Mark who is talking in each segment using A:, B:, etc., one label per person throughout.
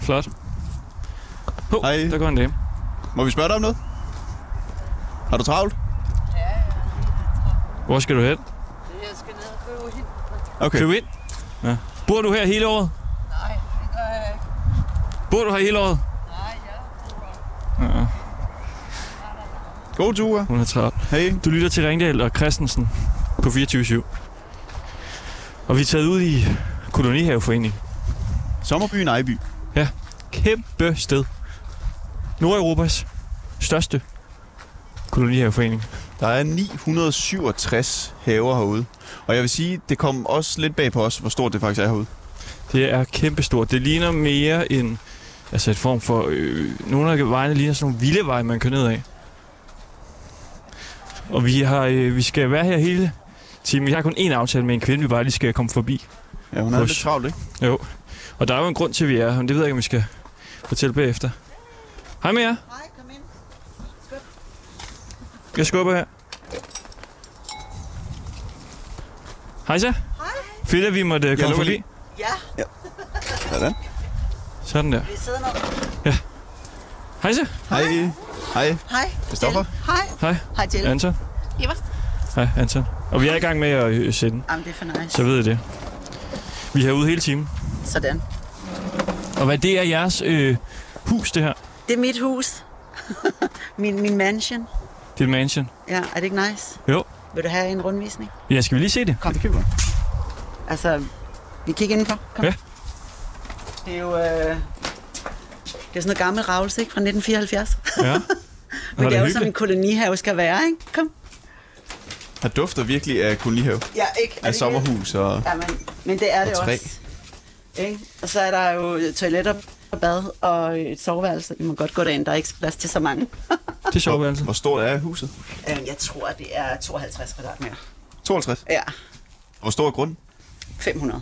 A: Flot. Hov,
B: Hej.
A: der går en dame.
B: Må vi spørge dig om noget? Har du travlt?
A: Hvor skal du hen?
C: Jeg skal ned og købe hende.
B: Okay.
A: Køb ind. Ja. Bor du her hele året?
C: Nej, det gør jeg ikke.
A: Bor du her hele året?
C: Nej, jeg bruger
A: Ja,
B: God tur.
A: hun er travlt.
B: Hej.
A: Du lytter til Ringdal og Christensen på 24 Og vi er taget ud i Kolonihaveforening.
B: Sommerbyen Ejby.
A: Kæmpe sted. Nordeuropas største kolonihaveforening.
B: Der er 967 haver herude. Og jeg vil sige, det kom også lidt bag på os, hvor stort det faktisk er herude.
A: Det er kæmpestort. Det ligner mere en... Altså et form for... Øh, nogle af vejene ligner sådan nogle vilde veje, man kører ned af. Og vi, har, øh, vi skal være her hele timen. Vi har kun én aftale med en kvinde, vi bare lige skal komme forbi.
B: Ja, hun er
A: Hus.
B: lidt travlt, ikke?
A: Og der er jo en grund til, at vi er her, men det ved jeg ikke, om vi skal fortælle bagefter. Hej med jer.
C: Hej, kom ind.
A: Jeg skubber her. Hej så. Hej. Fedt, at vi måtte øh, komme
B: lukker
A: forbi.
B: lige.
C: Ja,
B: Sådan.
A: Sådan der.
C: vi sidder nok.
A: Hej så.
B: Hej. Hej.
C: Hej.
B: Christoffer?
C: Jelle. Hej.
A: Hej.
C: Hej, Jelle.
A: Anton.
C: Eva.
A: Hej, Anton. Og vi er i gang med at øh, sende,
C: Jamen, det er for nice.
A: så ved I det. Vi er herude hele timen.
C: Sådan.
A: Og hvad det er jeres øh, hus, det her?
C: Det er mit hus. min, min mansion.
A: Det er et mansion.
C: Ja, er det ikke nice?
A: Jo.
C: Vil du have en rundvisning?
A: Ja, skal vi lige se det?
B: Det kan vi godt.
C: Altså, vi kigger indenfor. Kom.
A: Ja.
C: Det er jo... Øh... Det er sådan noget gammelt ravelse, ikke? Fra 1974.
A: Ja.
C: Men
A: Var
C: det er jo, som en
A: hyggeligt?
C: kolonihave skal være, ikke? Kom.
B: Her dufter virkelig af kolonihave.
C: Ja, ikke? Er det
B: Af
C: ikke-
B: sommerhus og...
C: Ja, men, men det er det
B: træ.
C: også. Ikke? Og så er der jo toiletter og bad og et soveværelse. Vi må godt gå derind, der er ikke plads til så mange.
A: Det er altså. soveværelset.
B: Hvor stort er huset?
C: Øh, Jeg tror, det er 52 kvadratmeter.
B: 52.
C: Ja,
B: Hvor stor er grunden?
C: 500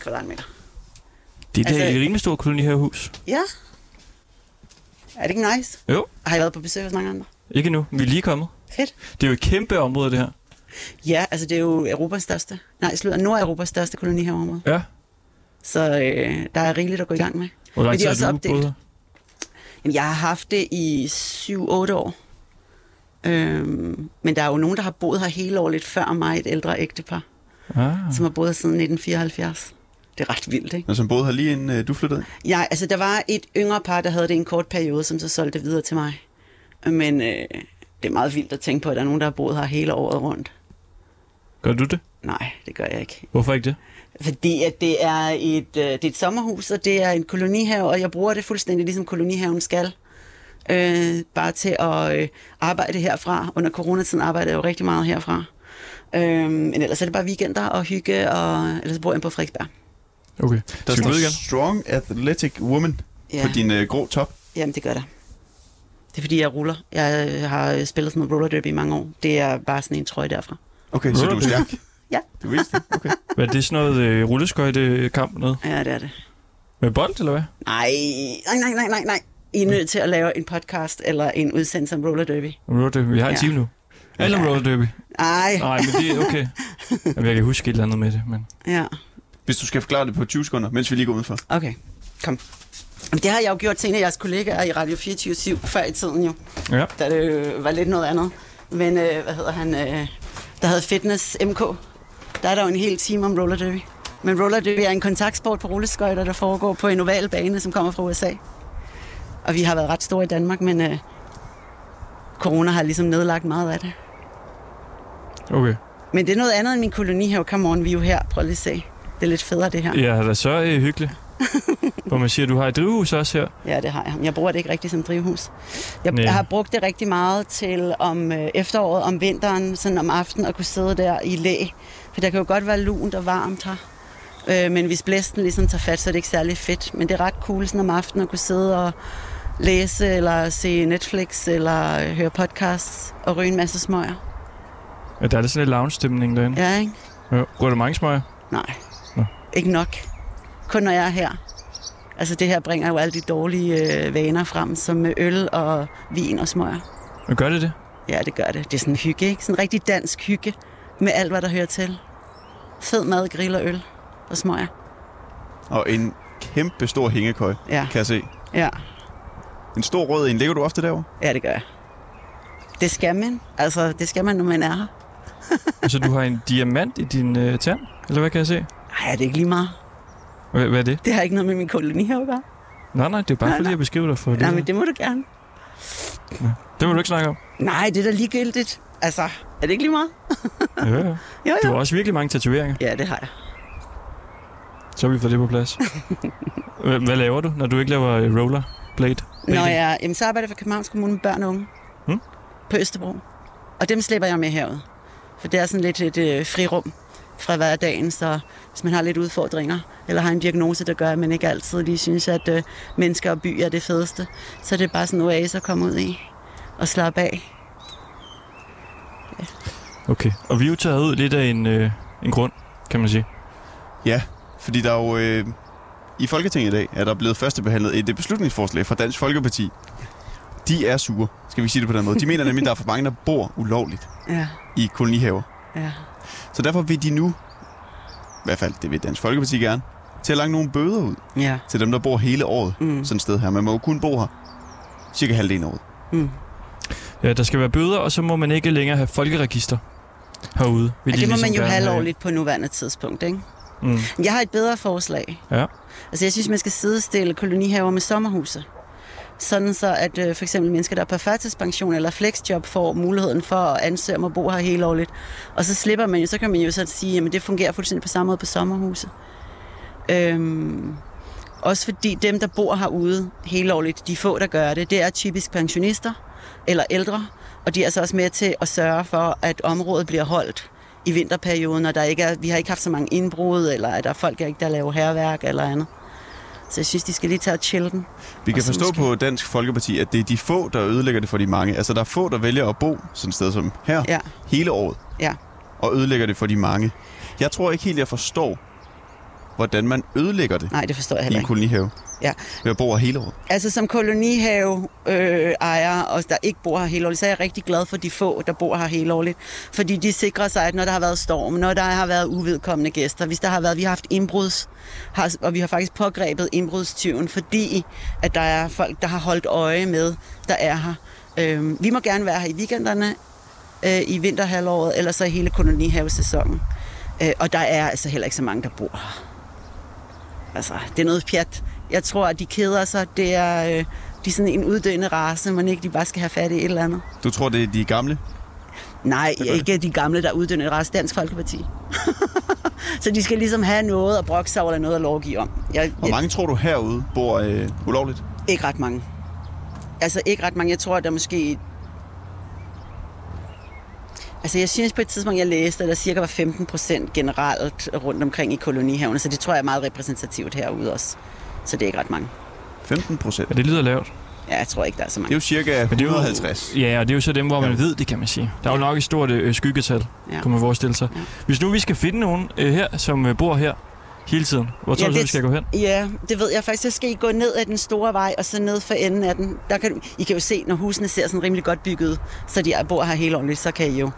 C: kvadratmeter.
A: Det er da
C: Altså-
A: et rimelig stort kolonihavehus.
C: Ja. Er det ikke nice?
A: Jo,
C: Har I været på besøg hos mange andre?
A: ikke nu. Vi er lige kommet.
C: Fedt.
A: Det er jo et kæmpe område, det her.
C: Ja, altså det er jo Europas største, nej, slutter Nordeuropas største kolonihavområde.
A: Ja.
C: Så øh, der er rigeligt at gå i gang med.
A: Hvor
C: Men
A: lang
C: de
A: tid
C: er
A: har
C: også
A: du
C: opdelt.
A: boet her?
C: Jamen, jeg har haft det i 7-8 år. Øhm, men der er jo nogen, der har boet her hele året lidt før mig, et ældre ægtepar,
A: Ah.
C: som har boet her siden 1974. Det er ret vildt, ikke?
B: Når som boede her lige inden øh, du flyttede ind.
C: Ja, altså, der var et yngre par, der havde det i en kort periode, som så solgte det videre til mig. Men øh, det er meget vildt at tænke på, at der er nogen, der har boet her hele året rundt.
A: Gør du det?
C: Nej, det gør jeg ikke.
A: Hvorfor ikke det?
C: Fordi at det er et, øh, det er et sommerhus, og det er en kolonihave, og jeg bruger det fuldstændig ligesom kolonihaven skal. Øh, bare til at øh, arbejde herfra. Under coronatiden arbejder jeg jo rigtig meget herfra. Øh, men ellers er det bare weekender og hygge, og ellers så bor jeg på Frederiksberg.
A: Okay.
B: Der
A: Skal vi
B: står
A: ud igen?
B: Strong Athletic Woman
C: Ja.
B: på din øh, grå top.
C: Jamen, det gør der. Det er fordi, jeg ruller. Jeg øh, har spillet sådan noget roller derby i mange år. Det er bare sådan en trøje derfra.
B: Okay, så du er stærk.
C: Ja.
B: Du vidste det. Okay.
A: Hvad er det sådan noget øh, rulleskøjtekamp noget?
C: Ja, det er det.
A: Med bold, eller hvad?
C: Nej, nej, nej, nej, nej, nej. I er nødt til at lave en podcast eller en udsendelse om roller derby.
A: Roller derby. Vi har en
C: Ja.
A: time nu. Eller
C: Ja.
A: roller derby.
C: Ej,
A: Nej, men det er okay. Jamen, jeg kan huske et eller andet med det, men...
C: ja.
B: Hvis du skal forklare det på 20 sekunder, mens vi lige går udenfor.
C: Okay, kom. Jamen, Det har jeg jo gjort til en af jeres kollegaer i Radio 24 før i tiden jo,
A: Ja.
C: da det øh, var lidt noget andet. Men øh, hvad hedder han, øh, der havde Fitness MK. Der er der jo en hel time om roller derby. Men roller derby er en kontaktsport på rulleskøjter, der foregår på en oval bane, som kommer fra USA. Og vi har været ret store i Danmark, men øh, corona har ligesom nedlagt meget af det.
A: Okay.
C: Men det er noget andet end min koloni her. Come on, vi er jo her. Prøv lige at se. Det er lidt federe, det her.
A: Ja, det er så øh, hyggeligt. Hvor man siger, du har et drivhus også her.
C: Ja, det har jeg. Jeg bruger det ikke rigtig som drivhus. Jeg
A: Næ.
C: Nej. har brugt det rigtig meget til om øh, efteråret, om vinteren, sådan om aftenen, at kunne sidde der i læ. For der kan jo godt være lunt og varmt her. Øh, men hvis blæsten ligesom tager fat, så er det ikke særlig fedt. Men det er ret cool sådan om aftenen at kunne sidde og læse, eller se Netflix, eller øh, høre podcasts, og ryge en masse smøger.
A: Ja, der er lidt sådan lidt lounge-stemning derinde.
C: Ja, ikke?
A: Ja. Går der mange smøger?
C: Nej.
A: Nå.
C: Ikke nok. Kun når jeg er her. Altså det her bringer jo alle de dårlige øh, vaner frem, som øh, øl og vin og smøger.
A: Men gør det det?
C: Ja, det gør det. Det er sådan en hygge, ikke? Sådan en rigtig dansk hygge med alt, hvad der hører til. Fed mad, grill og øl og smøger.
B: Og en kæmpe stor hængekøj,
C: Ja,
B: kan jeg se.
C: ja.
B: En stor rød en. Ligger du ofte derovre?
C: ja det gør jeg. Det skal man. Altså, det skal man, når man er her.
A: Så Altså, du har en diamant i din øh, tand? Eller hvad kan jeg se?
C: Ej, er det ikke lige meget.
A: Hvad, hvad er det?
C: Det har ikke noget med min koloni her at gøre.
A: Nej, nej, det er bare
C: Nej,
A: fordi,
C: nej.
A: jeg beskriver dig for det.
C: Nej, men det må du gerne.
A: Det må du ikke snakke om.
C: Nej, det er da ligegyldigt. Altså, er det ikke lige meget?
A: Ja, ja.
C: Jo,
A: Du
C: jo.
A: har også virkelig mange tatoveringer.
C: Ja, det har jeg.
A: Så har vi fået det på plads. Hva- Hvad laver du, når du ikke laver øh, rollerblade?
C: Når
A: Baby.
C: jeg, jamen, så arbejder jeg for Københavns Kommune med børn og unge
A: Hmm?
C: på Østerbro. Og dem slipper jeg med herud. For det er sådan lidt et øh, frirum fra hverdagen, så hvis man har lidt udfordringer, eller har en diagnose, der gør, at man ikke altid lige synes, at øh, mennesker og by er det fedeste, så er det bare sådan en oase at komme ud i og slappe af.
A: Okay. Og vi er jo taget ud lidt af en, øh, en grund, kan man sige.
B: Fordi der er jo... Øh, I Folketinget i dag er der blevet førstebehandlet et øh, beslutningsforslag fra Dansk Folkeparti. De er sure, skal vi sige det på den måde. De mener nemlig, at der er for mange, der bor ulovligt
C: Ja,
B: i kolonihaver.
C: ja.
B: Så derfor vil de nu, i hvert fald det vil Dansk Folkeparti gerne, til at lange nogle bøder ud
C: Ja.
B: til dem, der bor hele året
C: Mm.
B: sådan et sted her. Man må jo kun bo her cirka halvdelen af året.
C: Mm.
A: Ja, der skal være bøder, og så må man ikke længere have folkeregister herude.
C: Ja,
A: vil de
C: det må
A: ligesom
C: man jo
A: gerne
C: have
A: have.
C: lovligt på nuværende tidspunkt, ikke?
A: Mm.
C: Jeg har et bedre forslag.
A: Ja.
C: Altså, jeg synes, man skal sidestille kolonihaver med sommerhuse. Sådan så, at øh, for eksempel mennesker, der er på førtidspension eller fleksjob, får muligheden for at ansøge om at bo her hele årligt. Og så slipper man jo, så kan man jo så sige, at det fungerer fuldstændig på samme måde på sommerhuse. Øhm, også fordi dem, der bor herude hele årligt, de få, der gør det, det er typisk pensionister eller ældre, og de er altså også med til at sørge for, at området bliver holdt i vinterperioden, og der ikke er, vi har ikke haft så mange indbrud, eller at der er folk, der ikke der laver herværk eller andet. Så jeg synes, de skal lige tage og chille den.
B: Vi kan
C: Og sådan
B: forstå
C: skal-
B: på Dansk Folkeparti, at det er de få, der ødelægger det for de mange. Altså, der er få, der vælger at bo sådan et sted som her
C: Ja,
B: hele året,
C: ja.
B: og ødelægger det for de mange. Jeg tror ikke helt, jeg forstår, hvordan man ødelægger det
C: Nej, det forstår jeg
B: i
C: heller
B: en
C: ikke.
B: kolonihave
C: Ja.
B: ved at bo her hele året.
C: Altså som kolonihave øh, ejer, og der ikke bor her hele året, så er jeg rigtig glad for de få, der bor her hele året. Fordi de sikrer sig, at når der har været storm, når der har været uvedkommende gæster, hvis der har været, vi har haft indbruds, har, og vi har faktisk pågrebet indbrudstyven, fordi at der er folk, der har holdt øje med, der er her. Øh, vi må gerne være her i weekenderne, øh, i vinterhalvåret, eller så i hele kolonihavesæsonen. Øh, og der er altså heller ikke så mange, der bor her. Altså, det er noget pjat. Jeg tror, at de keder sig. Det er, øh, de er sådan en uddøende race, man ikke de bare skal have fat i et eller andet.
B: Du tror, det er de gamle?
C: Nej,
B: Det er godt.
C: ikke de gamle, der er uddøende race. Dansk Folkeparti. så de skal ligesom have noget at brokke sig over, eller noget at lovgive om. Jeg,
B: Hvor mange tror du herude bor øh, ulovligt?
C: jeg, ikke ret mange. Altså, ikke ret mange. Jeg tror, at der måske... Altså, jeg synes på et tidspunkt, jeg læste, at der cirka var 15 procent generelt rundt omkring i kolonihavene, så det tror jeg er meget repræsentativt herude også. Så det er ikke ret mange.
B: 15 procent.
A: Ja, det lyder lavt.
C: Ja, jeg tror ikke, der er så mange.
B: Det er jo cirka
A: Men det er jo-
B: 150.
A: Ja, og det er jo så dem, hvor man
B: Ja.
A: ved det, kan man sige. Der er jo nok et stort øh, skyggetal,
C: Ja.
A: ja. kunne man forestille sig.
C: Ja.
A: Ja. Hvis nu vi skal finde nogen øh, her, som øh, bor her hele tiden, hvor tror
C: Ja,
A: ja, du så,
C: det-
A: vi skal gå hen?
C: Ja, det ved jeg faktisk. Så skal I gå ned ad den store vej, og så ned for enden af den. Der kan, I kan jo se, når husene ser sådan rimelig godt bygget ud, så de bor her hele året, så kan I jo.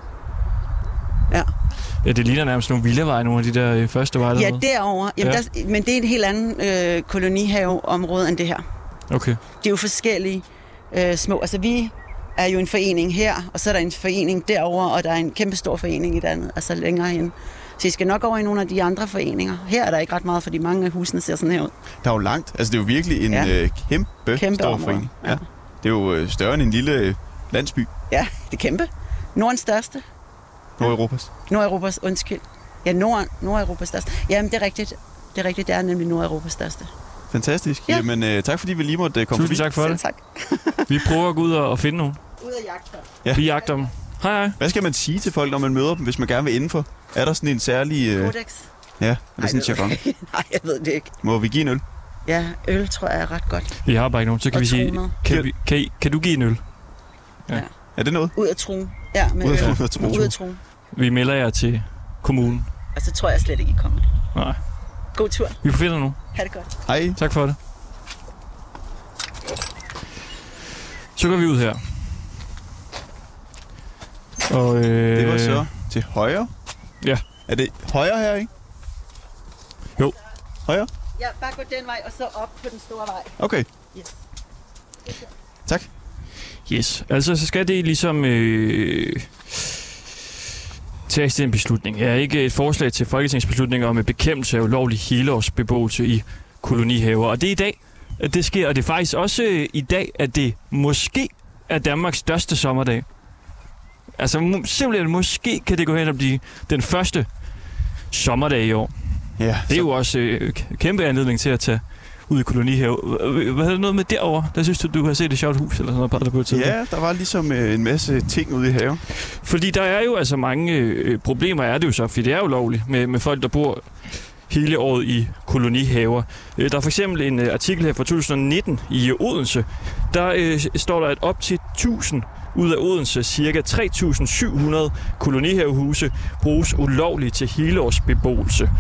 A: Ja, det ligner nærmest nogle villaveje, nogle af de der øh, første veje
C: Ja,
A: dernede.
C: derovre. Jamen, ja.
A: Ja.
C: Der, men det er et helt andet øh, kolonihaveområde end det her.
A: Okay.
C: Det er jo forskellige øh, små... Altså, vi er jo en forening her, og så er der en forening derovre, og der er en kæmpe stor forening i det andet, altså længere hen. Så I skal nok over i nogle af de andre foreninger. Her er der ikke ret meget, fordi mange af husene ser sådan her ud.
B: Der er jo langt. Altså, det er jo virkelig en
C: Ja.
B: ja. øh, kæmpe,
C: Kæmpe
B: kæmpe stor
C: område.
B: forening.
C: Ja.
B: Ja. Det er jo øh, større end en lille øh, landsby,
C: Ja, det er kæmpe. Nordens største.
B: Nordeuropas.
C: Nordeuropas, undskyld. Ja, Nord, Nordeuropas største. Jamen, det er rigtigt. Det er rigtigt, det er nemlig Nordeuropas største.
B: Fantastisk.
C: Ja.
B: Ja. Jamen, øh, tak fordi vi lige måtte øh, komme
A: Tusind
B: forbi.
A: tak for
C: Selv
A: det.
C: tak.
A: Vi prøver at gå ud og, og finde nogen.
C: Ud af jagt
B: Ja.
A: Vi jagter dem. Hej, hej.
B: Hvad skal man sige til folk, når man møder dem, hvis man gerne vil indenfor? Er der sådan en særlig... Øh, ja,
C: Kodex?
B: er der
C: Nej,
B: sådan en
C: det ved
B: jargon?
C: jeg ikke. Nej, jeg ved det ikke.
B: Må vi give en øl?
C: Ja, øl tror jeg er ret godt.
A: Vi har bare ikke nogen, så kan
C: Og
A: vi sige,
C: troner.
A: kan, vi, kan, I- kan du give en øl?
B: Er det noget?
C: Ud af truen. Ja, med
B: Ud af
C: øl.
B: truen, ud af truen.
C: Ud af truen.
A: Vi melder jer til kommunen.
C: Og så tror jeg slet ikke, I kommer.
A: Nej,
C: God tur.
A: vi finder nu.
C: Ha' det godt.
B: Hej.
A: Tak for det. Så går vi ud her. Og, øh,
B: Det var så til højre.
A: ja.
B: Er det højre her, ikke?
A: Jo.
B: Højre?
C: Ja, bare gå den vej, og så op på den store vej.
B: Okay.
C: Yes.
B: Tak.
A: Yes, altså så skal det ligesom øh, tages til en beslutning. Ja, ikke et forslag til folketingsbeslutning om en bekæmpelse af ulovlig helårsbeboelse i kolonihaver. Og det er i dag, at det sker, og det er faktisk også øh, i dag, at det måske er Danmarks største sommerdag. Altså mu- simpelthen måske kan det gå hen og blive den første sommerdag i år.
B: Ja,
A: Det er
B: så,
A: jo også øh, k- kæmpe anledning til at tage ud i kolonihave. Hvad er der noget med derovre? Der synes du, du har set et sjovt hus eller sådan noget, pegede du på et tidspunkt.
B: ja, der var ligesom øh, en masse ting ude i haven.
A: Fordi der er jo altså mange øh, problemer, er det jo så, fordi det er jo lovligt med, med folk, der bor hele året i kolonihaver. Øh, der er for eksempel en øh, artikel her fra 2019 i øh, Odense. Der øh, står der, at op til 1000 ud af Odense, cirka 3.700 kolonihavehuse bruges ulovligt til helårsbeboelse.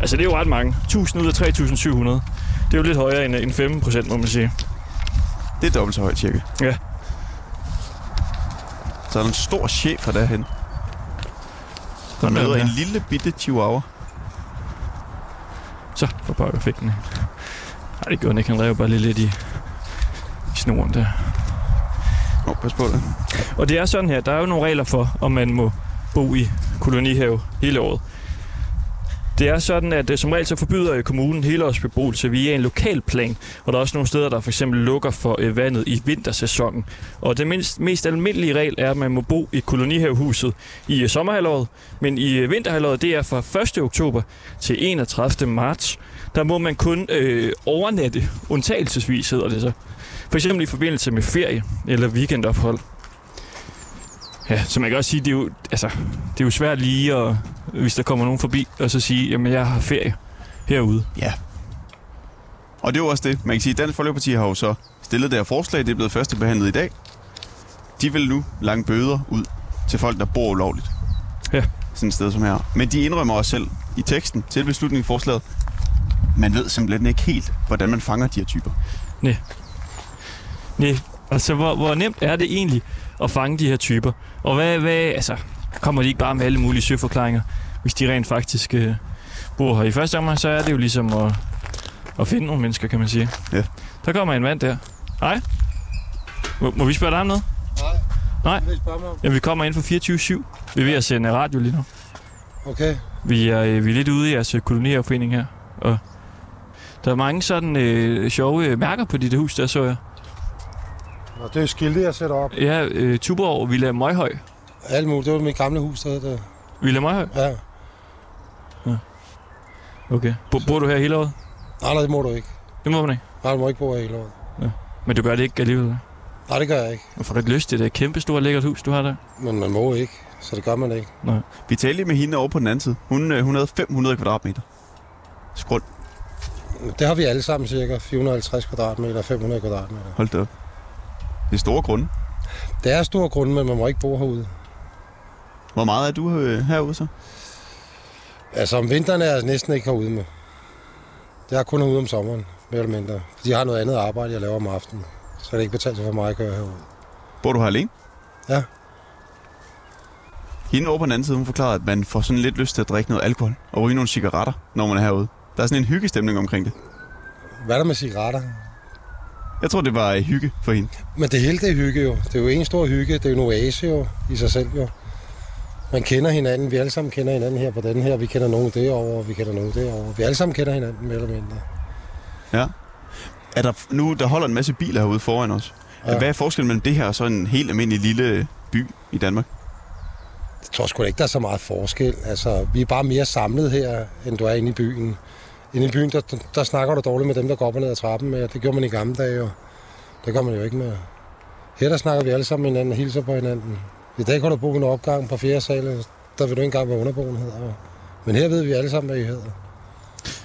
A: Altså det er jo ret mange. 1000 ud af 3.700. Det er jo lidt højere end, øh, end 5 procent, må man sige.
B: Det er dobbelt så højt cirka.
A: Ja.
B: Så er der en stor chef fra derhen. Der
A: Sådan er
B: møder
A: det.
B: en lille bitte chihuahua.
A: Så, for pokker fik den. Nej, det gjorde den ikke. Han rev bare lige lidt i, i snoren der.
B: Åh, oh, pas på det.
A: Og det er sådan her, der er jo nogle regler for, om man må bo i kolonihave hele året. Det er sådan, at øh, som regel så forbyder øh, kommunen helårsbeboelse via en lokalplan, og der er også nogle steder, der for eksempel lukker for øh, vandet i vintersæsonen. Og den mindst, mest almindelige regel er, at man må bo i kolonihavehuset i øh, sommerhalvåret, men i øh, vinterhalvåret, det er fra 1. oktober til 31. marts, der må man kun øh, overnatte, undtagelsesvis hedder det så. For eksempel i forbindelse med ferie eller weekendophold. Ja, så man kan også sige, det er jo, altså, det er jo svært lige, at, hvis der kommer nogen forbi, og så sige, jamen jeg har ferie herude.
B: Ja. Og det er jo også det. Man kan sige, at Dansk Folkeparti har jo så stillet deres forslag. Det er blevet førstebehandlet i dag. De vil nu lange bøder ud til folk, der bor ulovligt.
A: Ja.
B: Sådan et sted som her. Men de indrømmer også selv i teksten til beslutningsforslaget, man ved simpelthen ikke helt, hvordan man fanger de her typer.
A: Nej, altså hvor, hvor nemt er det egentlig at fange de her typer? Og hvad, hvad, altså, kommer de ikke bare med alle mulige søforklaringer, hvis de rent faktisk øh, bor her i første omgang, så er det jo ligesom at, at finde nogle mennesker, kan man sige.
B: Ja.
A: Der kommer en mand der. Hej. Må, må vi spørge dig om noget? Nej.
D: Vil I spørge mig om?
A: Jamen, vi kommer ind for 24-7. Vi er ved at sende radio lige nu.
D: Okay.
A: Vi er, øh, vi er lidt ude i jeres øh, kolonihaveforening her, og der er mange sådan øh, sjove øh, mærker på dit hus, der så jeg.
D: Nå, det er skilte, jeg sætter op.
A: Ja, øh, Tuborg, Villa Møjhøj.
D: Alt muligt. Det var mit gamle hus, der hed det.
A: Villa Møjhøj?
D: Ja.
A: Okay. Bo, bor du her hele året?
D: Nej, nej, det må du ikke.
A: Det må man ikke.
D: Nej, du må ikke bo her hele året.
A: Men du gør det ikke alligevel.
D: Nej, det gør jeg ikke.
A: Hvorfor har du ikke lyst til det kæmpe store lækkert hus, du har der?
D: Men man må ikke, så det gør man ikke.
B: Vi talte lige med hende over på den anden side. Hun, øh, hun havde 500 kvadratmeter. Skrund.
D: Det har vi alle sammen cirka 450 kvadratmeter, 500 kvadratmeter.
B: Hold da op. Det er store grunde.
D: Det er stor grund, men man må ikke bo herude.
B: Hvor meget er du øh, herude så?
D: Altså om vinteren er jeg næsten ikke herude med. Det er kun herude om sommeren, mere eller mindre. Fordi jeg har noget andet arbejde, jeg laver om aftenen. Så er det ikke betalt sig for mig at køre herude.
B: Bor du her alene?
D: Ja.
B: Hende over på den anden side, hun forklarede, at man får sådan lidt lyst til at drikke noget alkohol og ryge nogle cigaretter, når man er herude. Der er sådan en hyggestemning omkring det.
D: Hvad er der med cigaretter?
B: Jeg tror, det var øh, hygge for hende.
D: Men det hele, det er hygge jo. Det er jo en stor hygge. Det er jo en oase jo, i sig selv jo. Man kender hinanden. Vi alle sammen kender hinanden her på den her. Vi kender nogen derovre, og vi kender nogen derovre. Vi alle sammen kender hinanden, mere eller mindre.
B: Er der, nu der holder en masse biler herude foran os. Ja.
D: Ja.
B: Hvad er forskellen mellem det her og så en helt almindelig lille by i Danmark?
D: Jeg tror sgu da ikke, der er så meget forskel. Altså, vi er bare mere samlet her, end du er inde i byen. Inde i byen, der, der snakker du dårligt med dem, der går op og ned ad trappen med. Det gjorde man i gamle dage, og det gør man jo ikke med. Her, der snakker vi alle sammen med hinanden og hilser på hinanden. I dag kan du bo i en opgang på fjerde sal, og der ved du ikke engang, hvad underboen hedder. jo. Men her ved vi alle sammen, hvad I hedder.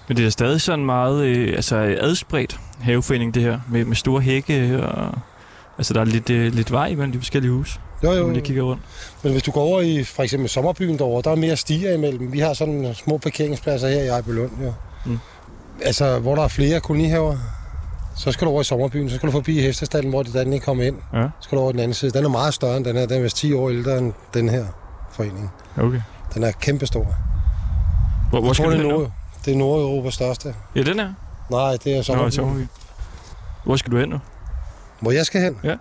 A: Men det er stadig sådan meget øh, altså, adspredt haveforening, det her, med, med store hække og... Altså, der er lidt, øh, lidt vej imellem de forskellige huse,
D: Jo,
A: når
D: jo.
A: man lige kigger rundt.
D: Men hvis du går over i for eksempel sommerbyen derovre, der er mere stier imellem. Vi har sådan nogle små parkeringspladser her i Ejbølund, jo.
A: Mm.
D: Mm. Altså, hvor der er flere kolonihaver, så skal du over i sommerbyen, så skal du forbi hestestallen, hvor de der ikke kommer ind.
A: Ja.
D: Så skal du over i den anden side. Den er meget større end den her. Den er vist 10 år ældre end den her forening.
A: Okay.
D: Den er kæmpestor.
A: Hvor, hvor
D: Jeg
A: skal
D: tror,
A: du
D: det er
A: hen nu?
D: Nord- det er Nordeuropas største.
A: Ja, den her.
D: Nej, det er
A: Nå, i
D: sommer.
A: sommerby. Hvor skal du hen nu?
D: Hvor jeg skal hen?
A: Ja.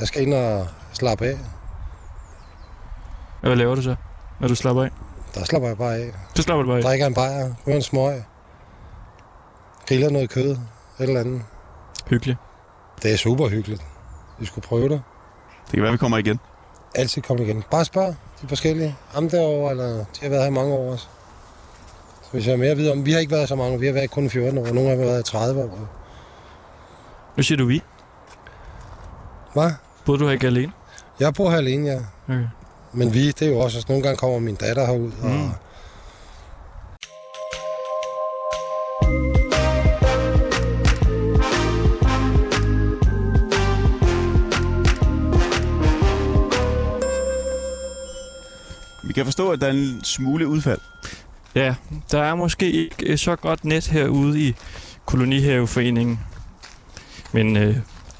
D: Jeg skal ind og slappe af.
A: Hvad laver du så, når du slapper af?
D: Der slapper jeg bare af.
A: Så slapper du bare af.
D: Drikker en bajer, ryger en smøg, griller noget kød, et eller andet.
A: Hyggeligt.
D: Det er super hyggeligt. Vi skulle prøve det.
B: Det kan være, vi kommer igen.
D: Altid komme igen. Bare spørg de forskellige. Ham derovre, eller de har været her i mange år også. Så hvis jeg har mere at vide om, vi har ikke været så mange, vi har været kun 14 år, og nogle har været 30 år.
A: Nu siger du vi.
D: Hvad?
A: Både du her ikke alene.
D: Jeg bor her alene, ja.
A: Okay.
D: Men vi, det er jo også, at nogle gange kommer min datter herud, og
A: Mm.
D: mm.
B: Vi kan forstå, at der er en smule udfald.
A: Ja, der er måske ikke øh, så godt net herude i kolonihaveforeningen. Men øh,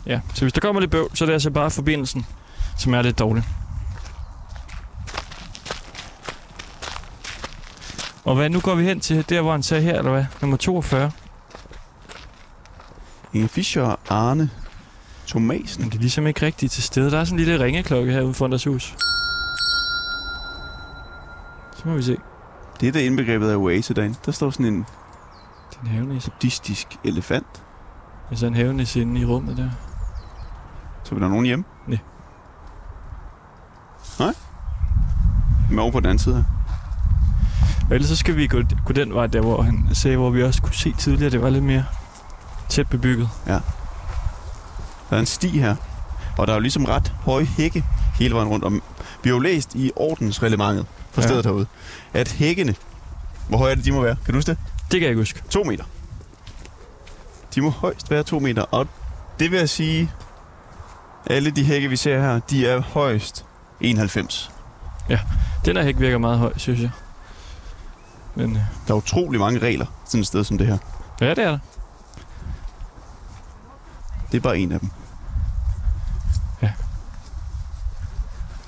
A: ja, så hvis der kommer lidt bøvl, så er det altså bare forbindelsen, som er lidt dårlig. Og hvad, nu går vi hen til der, hvor han sagde her, eller hvad? Nummer 42.
B: Inge Fischer og Arne Thomasen.
A: Men det er ligesom ikke rigtigt til stede. Der er sådan en lille ringeklokke herude foran deres hus. Så må vi se.
B: Det er det indbegrebet af Oase derinde. Der står sådan en
A: Det er en havenisse.
B: buddhistisk elefant.
A: Altså en havenisse inde i rummet der.
B: Så er der nogen hjemme?
A: Nej.
B: Nej? Men over på den anden side her.
A: Og ellers så skal vi gå, gå den vej der, hvor han sagde, hvor vi også kunne se tidligere, det var lidt mere tæt bebygget.
B: Der er en sti her. Og der er jo ligesom ret høje hække hele vejen rundt om. Vi har jo læst i ordensreglementet for
A: Ja.
B: stedet herude, at hækkene, hvor høje er det, de må være? Kan du huske det?
A: Det kan jeg ikke huske.
B: To meter. De må højst være to meter, og det vil jeg sige, alle de hække, vi ser her, de er højst 91.
A: Den her hæk virker meget høj, synes jeg. Men øh,
B: Der er utrolig mange regler sådan et sted som det her.
A: ja, det er der.
B: Det er bare en af dem.
A: Ja.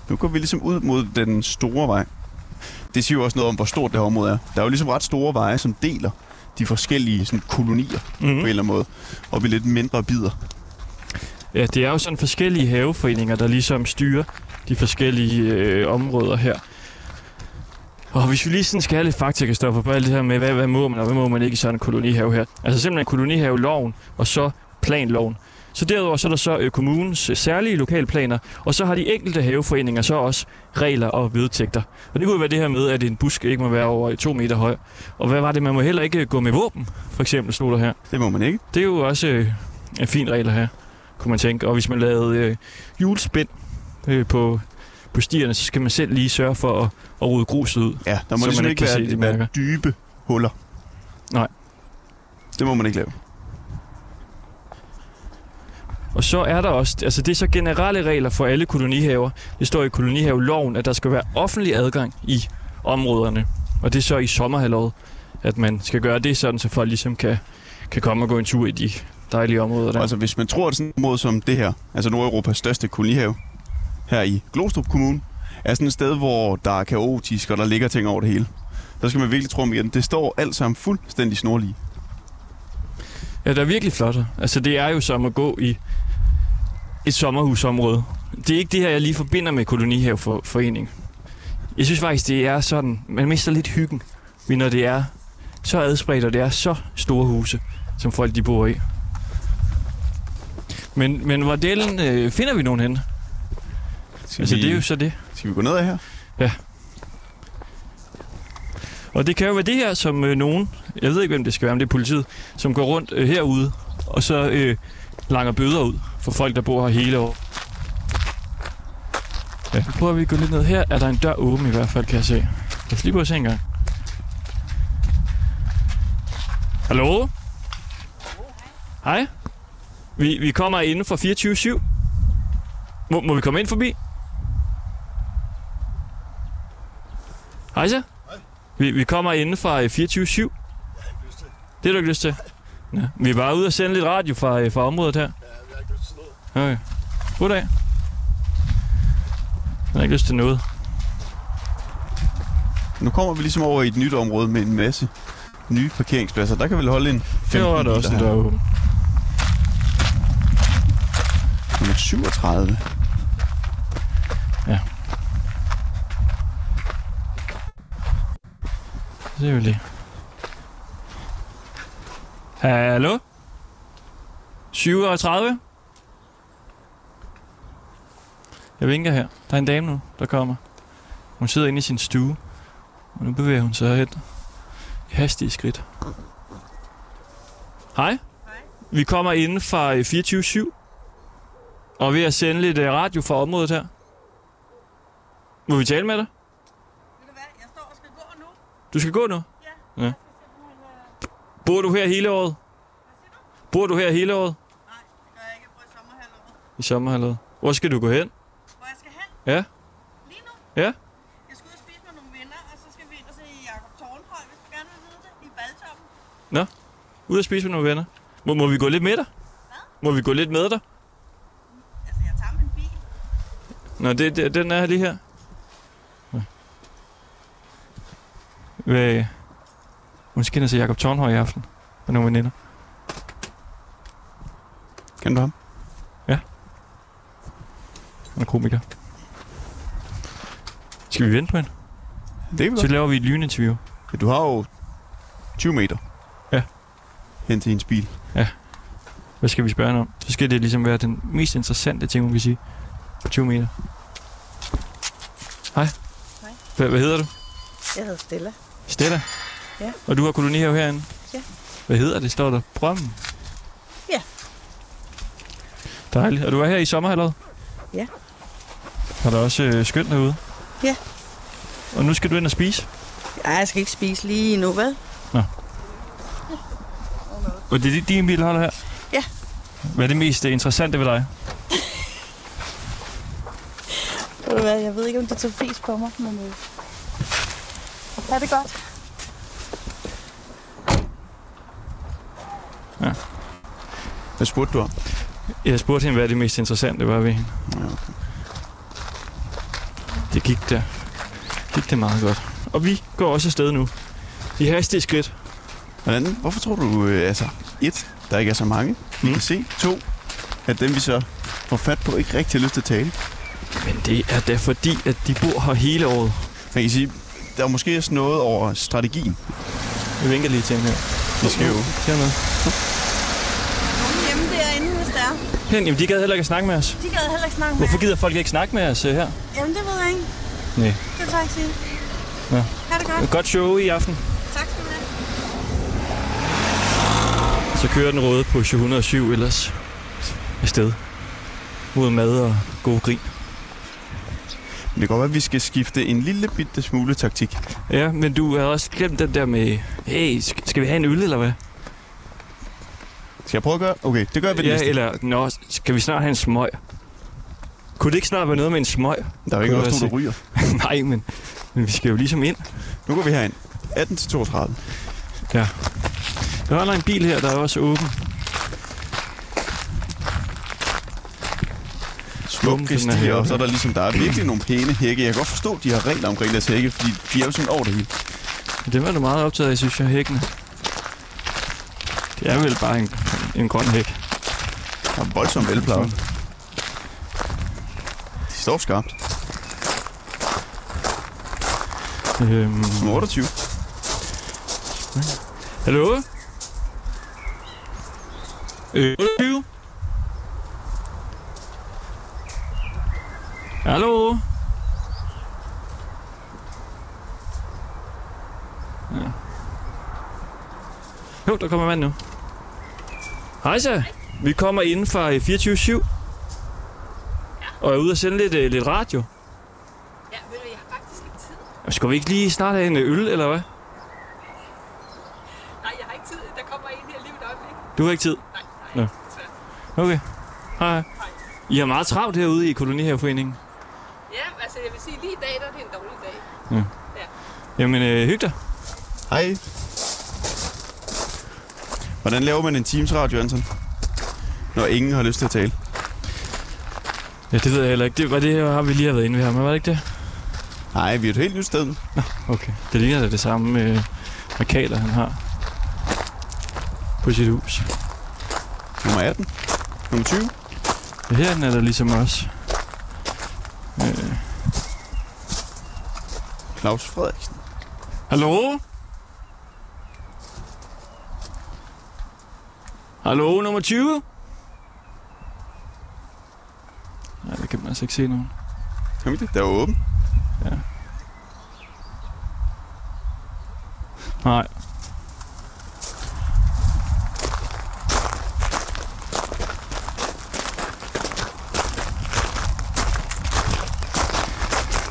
B: Nu går vi ligesom ud mod den store vej. Det siger jo også noget om, hvor stort det her område er. Der er jo ligesom ret store veje, som deler de forskellige sådan, kolonier mm. på en
A: Mm-hmm.
B: eller anden måde. Og ved lidt mindre bidder.
A: Ja, det er jo sådan forskellige haveforeninger, der ligesom styrer de forskellige øh, områder her. Og hvis vi lige sådan skal have lidt faktakastoffer på alt det her med, hvad, hvad må man og hvad må man ikke i sådan en kolonihave her. Altså simpelthen kolonihaveloven og så planloven. Så derudover så er der så øh, kommunens øh, særlige lokalplaner, og så har de enkelte haveforeninger så også regler og vedtægter. Og det kunne jo være det her med, at en busk ikke må være over to meter høj. Og hvad var det, man må heller ikke øh, gå med våben, for eksempel stod der her.
B: Det må man ikke.
A: Det er jo også øh, en fin regel her, kunne man tænke. Og hvis man lavede øh, julespind øh, på, på stierne, så skal man selv lige sørge for at, at rode gruset ud.
B: Ja, der må
A: Så
B: ligesom
A: man
B: ikke,
A: ikke kan
B: være,
A: se de mærker.
B: være dybe huller.
A: Nej.
B: Det må man ikke lave.
A: Og så er der også, altså det er så generelle regler for alle kolonihaver. Det står i kolonihaveloven, at der skal være offentlig adgang i områderne. Og det er så i sommerhalvåret, at man skal gøre det sådan, så folk ligesom kan, kan komme og gå en tur i de dejlige områder der.
B: Altså, hvis man tror, at sådan et område som det her, altså Nordeuropas største kolonihave, her i Glostrup Kommune, er sådan et sted, hvor der er kaotisk, og der ligger ting over det hele. Der skal man virkelig tro om igen. Det står alt sammen fuldstændig snorlige.
A: Ja, der er virkelig flot her. Altså, det er jo som at gå i et sommerhusområde. Det er ikke det her, jeg lige forbinder med kolonihaveforening. Jeg synes faktisk, det er sådan, man mister lidt hyggen, men når det er så adspredt, og det er så store huse, som folk de bor i. Men, men hvor delen øh, finder vi nogen henne?
B: Skal,
A: Altså,
B: vi,
A: det er jo så det.
B: skal vi gå ned af her?
A: Og det kan jo være det her, som øh, nogen, jeg ved ikke hvem det skal være, om det er politiet, som går rundt øh, herude, og så øh, langer bøder ud for folk, der bor her hele år. Ja, nu prøver vi at gå lidt ned. Her er der en dør åben i hvert fald, kan jeg se. Lad os lige prøve at se en gang. Hallo? Hej. Vi, vi kommer inden for 24-7. Må, må vi komme ind forbi? Hej så. Vi, vi kommer inden fra øh, 24-7. Det har du ikke lyst til? Ja. Vi er bare ude og sende lidt radio fra, øh, fra området her. Ja, jeg har ikke lyst til noget. Okay. Goddag. Jeg har ikke lyst til noget.
B: Nu kommer vi ligesom over i et nyt område med en masse nye parkeringspladser. Der kan vel holde en 15
A: Det var der også en
B: biler her.
A: døråbner.
B: Nummer 37.
A: Det er jo lige. Hallo? 37? Jeg vinker her. Der er en dame nu, der kommer. Hun sidder inde i sin stue, og nu bevæger hun sig hen i hastige skridt. Hej. Hej. Vi kommer inden fra øh, 24-7, og vi at sende lidt øh, radio fra området her. Må vi tale med dig? Du skal gå nu? Ja. ja. Bor du her hele året? Bor du her hele året? I sommerhalvåret. Hvor skal du gå hen?
E: Hvor jeg skal hen?
A: Ja.
E: Lige
A: Ja.
E: nu? Jeg skal ud og spise med nogle venner, og så skal vi ind og se Jakob Tornhøj, hvis du gerne vil vide det, i Baltoppen.
A: Ud og spise med nogle venner. Må, må vi gå lidt med dig? Må vi gå lidt med dig?
E: Altså, jeg tager min bil.
A: Nå, det, det, den er lige her. Nå. Hvad? Hun skal ind og se Jacob Tornhøj i aften. Og nogle veninder.
B: Kan du ham?
A: Han er komiker. Skal vi vente på hende?
B: Det kan vi
A: Så
B: godt.
A: laver vi et lyninterview.
B: Ja, Du har jo 20 meter.
A: Ja. hen
B: Hen til hendes bil.
A: Hvad skal vi spørge hende om? Så skal det ligesom være den mest interessante ting, hun kan sige. På 20 meter. Hej.
E: Hej.
A: Hva- Hvad hedder du?
E: Jeg hedder Stella.
A: Stella.
E: Ja.
A: Og du har kolonihave herinde?
E: Ja.
A: Hvad hedder det? Står der Brømmen?
E: Ja.
A: Dejligt. Og du er her i sommerhalvåret?
E: Ja.
A: Og der er også øh, skønt derude?
E: Ja.
A: Og nu skal du ind og spise?
E: Ej, jeg skal ikke spise lige nu, vel?
A: Og det er din bil, der holder her?
E: Ja.
A: Hvad er det mest øh, interessante ved dig?
E: Ved du hvad, jeg ved ikke, om det tog fis på mig, men... Øh... Er det godt?
B: Hvad spurgte du om?
A: Jeg spurgte hende, hvad det mest interessante var ved hende.
B: Ja, okay.
A: Det gik der. Gik det meget godt. Og vi går også afsted nu. I hastige skridt.
B: Hvordan, hvorfor tror du, øh, altså, et, der ikke er så mange, vi
A: Mm.
B: kan se, to, at dem vi så får fat på, ikke rigtig har lyst til at tale.
A: Men det er da fordi, at de bor her hele året.
B: Man kan sige, der er måske også noget over strategien.
A: Jeg vinker lige til hende her.
B: Vi skal jo
A: Hernede.
E: Nogen hjemme derinde, hvis der er.
A: Hen, jamen de gad heller ikke at snakke med os.
E: De gad heller ikke snakke med
A: Hvorfor
E: jer.
A: gider folk ikke snakke med os øh, her?
E: Jamen, det ved jeg ikke.
A: Nej.
E: Det tager jeg ikke sige.
A: Nå.
E: Ha' det godt.
A: Godt show i aften.
E: Tak skal du have.
A: Så kører den røde på 707 ellers afsted. Mod mad og god grin.
B: Det kan godt være, at vi skal skifte en lille bitte smule taktik.
A: Ja, men du har også glemt den der med, hey, sk- skal vi have en øl eller hvad?
B: Skal jeg prøve at gøre? Okay, det gør vi
A: ja,
B: næste.
A: eller, nå, skal vi snart have en smøg? Kunne det ikke snart være noget med en smøg?
B: Der er jo ikke
A: Kunne
B: også
A: jeg
B: nogen, der ryger.
A: Nej, men, men vi skal jo ligesom ind.
B: Nu går vi herind. 18 til 32.
A: Der holder en bil her, der er også åben.
B: Smukke
A: den er
B: stier,
A: heroppe.
B: og så er der ligesom, der er virkelig nogle pæne hække. Jeg kan godt forstå, at de har regler omkring deres hække, fordi de er jo sådan over det hele.
A: Det var du meget optaget af, synes jeg, hækkene. Det er vel bare en, en grøn hæk.
B: Der er voldsomt velplejet. De står skarpt.
A: Øhm,
B: Nummer 28.
A: hallo? Øh, 28? Hallo? Ja. Jo, der kommer mand nu. Hej så. Vi kommer inden fra 24-7. Og er ude og sende lidt, øh, lidt radio.
E: Ja, ved du, jeg har faktisk ikke tid.
A: Skal vi ikke lige snart have en øh, øl, eller hvad?
E: Nej, jeg har ikke tid. Der kommer en her lige et øjeblik.
A: Du har ikke tid? Nej. Nå. Okay. Hej. I har meget travlt herude i kolonihaveforeningen.
E: Ja, altså jeg vil sige, lige i dag, der er det en dårlig dag.
A: Jamen, øh, hyg dig.
B: Hej. Hvordan laver man en Teams radio, Anton? Når ingen har lyst til at tale.
A: Ja, det ved jeg heller ikke. Det var det, her, har vi lige har været inde ved her, men var det ikke det?
B: Nej, vi er et helt nyt sted. nu.
A: Okay. Det ligner da det samme øh, markader, han har. på sit hus.
B: Nummer 18. Nummer 20.
A: Ja, Her den er der ligesom os. Øh.
B: Claus Frederiksen.
A: Hallo? Hallo, nummer 20? Nej, der kan man altså ikke se nogen.
B: Kan vi det? Der er åben.
A: Nej.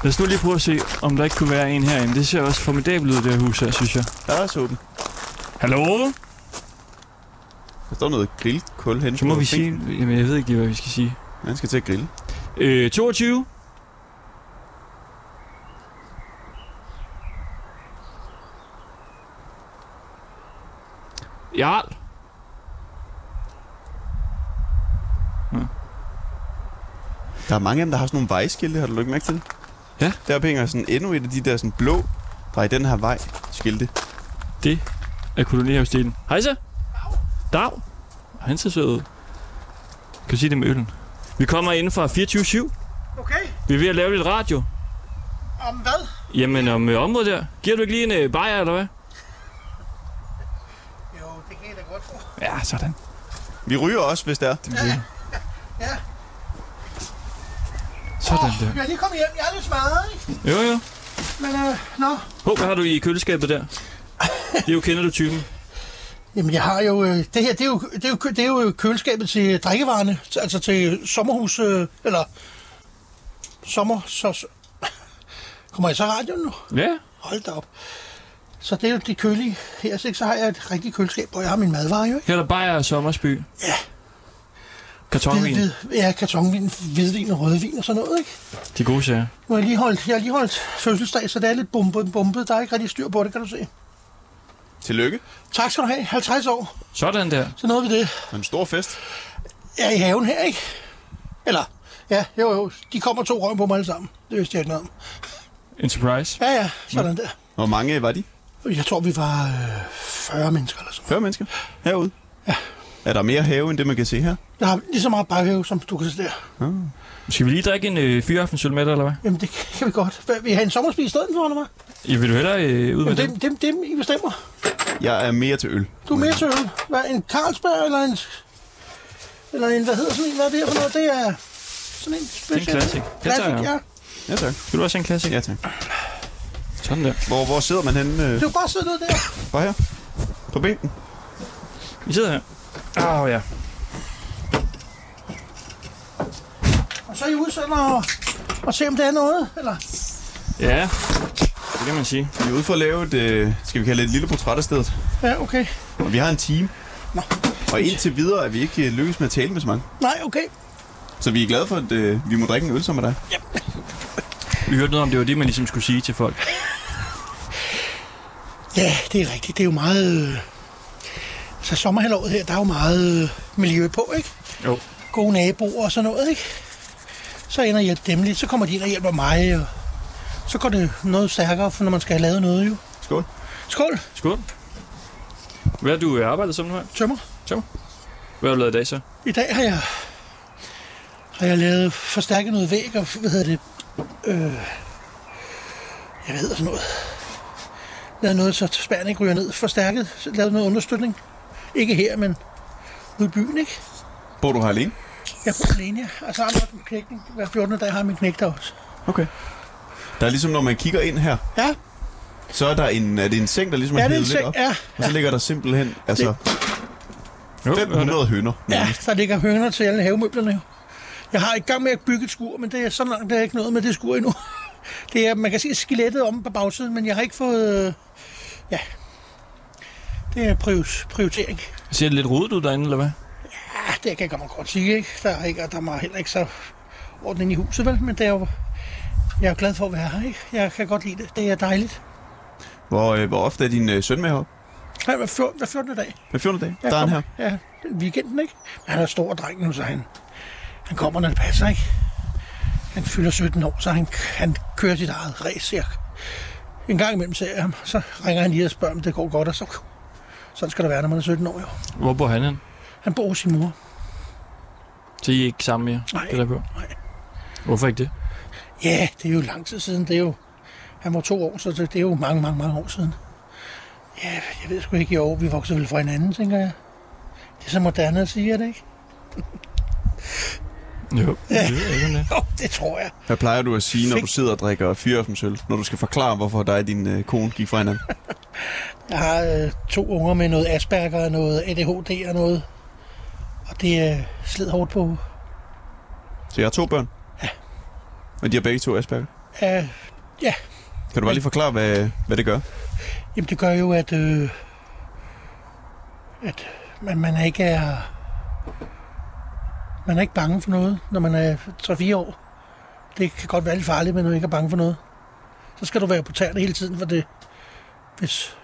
A: Lad os nu lige prøve at se, om der ikke kunne være en herinde. Det ser også formidabelt ud, det her hus her, synes jeg.
B: Der er også åben.
A: Hallo?
B: Der står noget grillet kul hen.
A: Så må vi sige... Jamen, jeg ved ikke lige, hvad vi skal sige.
B: Han skal til at grille.
A: Øh, 22? Jarl?
B: Der er mange af dem, der har sådan nogle vejskilte, har du lagt mærke til?
A: Ja.
B: Der hænger sådan endnu et af de der sådan blå, der er i den her vej skilte.
A: Det er kolonihavestilen. Hej så. Dag. Han ser sød ud. Kan du sige det med øllen? Vi kommer inden fra 24-7.
F: Okay,
A: Vi er ved at lave lidt radio.
F: om hvad?
A: Jamen, om øh, området der. Giver du ikke lige en øh, bajer, eller hvad?
F: Jo, det kan jeg da godt tro.
A: Ja, sådan.
B: Vi ryger også, hvis der.
F: Ja.
A: Sådan
F: Åh,
A: der.
F: Jeg er lige kommet hjem. Jeg er lidt smadret, ikke?
A: Jo, jo.
F: Men øh, nå.
A: Hov, hvad har du i køleskabet der? Det er jo kender du typen.
F: Jamen, jeg har jo... Øh, det her, det er jo, det, er jo, det er jo køleskabet til drikkevarerne. til- Altså til sommerhus... Øh, eller... Sommer... Så, så. Kommer jeg så i radioen nu?
A: Ja.
F: Hold da op. Så det er jo det kølige her, så, ikke? så har jeg et rigtigt køleskab, hvor jeg har min madvarer jo, ikke?
A: Her er der bajer og sommersby. Ja. Kartonvin.
F: Hvid, hvid, ja, kartonvin, hvidvin og rødvin og sådan noget, ikke?
A: De gode sager.
F: Nu har jeg lige holdt, jeg har lige holdt fødselsdag, så det er lidt bumpet, bumpet. Der er ikke rigtig styr på det, kan du se.
B: Tillykke.
F: Tak skal du have. 50 år.
A: Sådan der.
F: Så nåede vi det.
B: Og en stor fest.
F: Ja, i haven her, ikke? Eller, ja, jo, jo. De kommer to røven på mig alle sammen. Det vidste jeg ikke noget om.
A: En surprise.
F: Ja, ja,
A: Mm.
F: sådan der.
B: Hvor mange var de?
F: Jeg tror, vi var øh, 40 mennesker eller sådan
B: 40 mennesker herude. Ja. Er der mere have, end det, man kan se her?
F: Der har lige så meget baghave, som du kan se der.
A: Skal vi lige drikke en øh, fyraftensøl med dig, eller hvad?
F: Jamen, det kan vi godt. Hvad, vil I have en sommerspil i stedet for, eller hvad?
A: Ja, vil du hellere øh, ud med
F: Jamen,
A: det? Mm.
F: dem, dem, dem, I bestemmer.
B: Jeg er mere til øl.
F: Du er mere til øl. Hvad, en Carlsberg eller en... Eller en, hvad hedder sådan en? Hvad er det her for noget? Det er sådan en special.
A: classic. Den tager
F: Classic,
A: jeg.
F: ja.
B: Ja, tak.
A: Vil du også have en klassik?
B: Ja, tak.
A: Sådan der.
B: Hvor, hvor sidder man henne? Øh,
F: Du kan bare sidde ned der.
B: bare her? På bænken?
A: Vi sidder her. Åh, oh, ja.
F: Og så er I udsender og, og se, om det er noget. Eller?
A: Ja, det kan man sige.
B: Vi er ude for at lave et, øh, skal vi kalde det et lille portræt af stedet.
F: Ja, okay.
B: Og vi har en time. Og indtil videre er vi ikke øh, lykkedes med at tale med så mange.
F: Nej, okay.
B: Så vi er glade for, at øh, vi må drikke en øl sammen med dig.
A: Vi hørte noget om, det var det, man ligesom skulle sige til folk.
F: Ja, det er rigtigt. Det er jo meget... øh, Så sommerhalvåret her, der er jo meget øh, miljø på, ikke?
A: Jo.
F: Gode naboer og sådan noget, ikke? Så ender jeg hjælpe dem lidt. Så kommer de ind og hjælper mig. Og så går det noget stærkere, for når man skal have lavet noget jo.
B: Skål.
F: Skål,
A: Skål. Hvad har du øh, arbejdet som nu her?
F: tømmer.
A: Hvad har du lavet i dag så?
F: I dag har jeg, har jeg lavet forstærket noget væg, og hvad hedder det, øh, jeg ved sådan noget, lavet noget, så spærren ikke ryger ned, forstærket, Så lavet noget understøtning. Ikke her, men ude i byen, ikke?
B: Bor du her alene?
F: Jeg bor alene, ja. og så har jeg også en knægten. Hver 14. dag har jeg min knægt også.
B: Okay. Der er ligesom, når man kigger ind her,
F: Ja,
B: så er der en, er det en seng, der ligesom
F: ja
B: er
F: det er en
B: hævet lidt
F: seng,
B: op.
F: ja.
B: Og så ligger der simpelthen altså
A: Jo, hvad er det?
B: 500 høner.
F: Ja, der ligger høner til alle havemøblerne jo. Jeg har i gang med at bygge et skur, men det er så langt, der er ikke noget med det skur endnu. Det er, man kan se skelettet om på bagsiden, men jeg har ikke fået... øh, Ja, det er prios, prioritering.
A: Ser det lidt rodet ud derinde, eller hvad?
F: Ja, det kan man godt sige, ikke? Der er, ikke, og der er heller ikke så ordning i huset, vel? Men det er jo, jeg er jo glad for at være her, ikke? Jeg kan godt lide det. Det er dejligt.
B: Hvor, øh, hvor ofte er din øh, søn med her?
F: Nej, hver, fjor, hver 14. dag.
B: Hver 14. dag?
F: Jeg
B: der er han
F: kommer-
B: her.
F: Ja, det er weekenden, ikke? Men han er stor dreng nu, så han, han kommer, når det passer, ikke? Han fylder 17 år, så han, han kører sit eget race. Jeg, en gang imellem ser jeg ham, så ringer han lige og spørger, om det går godt, og så Sådan skal der være, når man er 17 år, jo.
A: Hvor bor han hen?
F: Han bor hos sin mor.
A: Så I er ikke sammen mere?
F: Nej,
A: det der bor.
F: nej.
A: Hvorfor ikke det?
F: Ja, det er jo lang tid siden. Det er jo, han var to år, så det er jo mange, mange, mange år siden. Ja, jeg ved sgu ikke i år. Vi voksede vel fra hinanden, tænker jeg. Det er så moderne at sige, er det ikke?
A: Jo, ja. det er ikke det.
F: Jo, det tror jeg.
B: Hvad plejer du at sige, når
F: Fik-
B: du sidder og drikker fyreopsmøl, når du skal forklare, hvorfor dig og din øh, kone gik fra hinanden?
F: Jeg har øh, to unger med noget Asperger og noget ADHD og noget. Og det øh, slid hårdt på.
B: Så jeg har to børn. Ja. Og de har begge to Asperger.
F: Ja,
B: Kan du bare lige forklare, hvad, hvad det gør?
F: Jamen, det gør jo, at, øh, at man, man er ikke er... Man er ikke bange for noget, når man er 3-4 år. Det kan godt være lidt farligt, men når du ikke er bange for noget. Så skal du være på tæerne hele tiden for det. Hvis,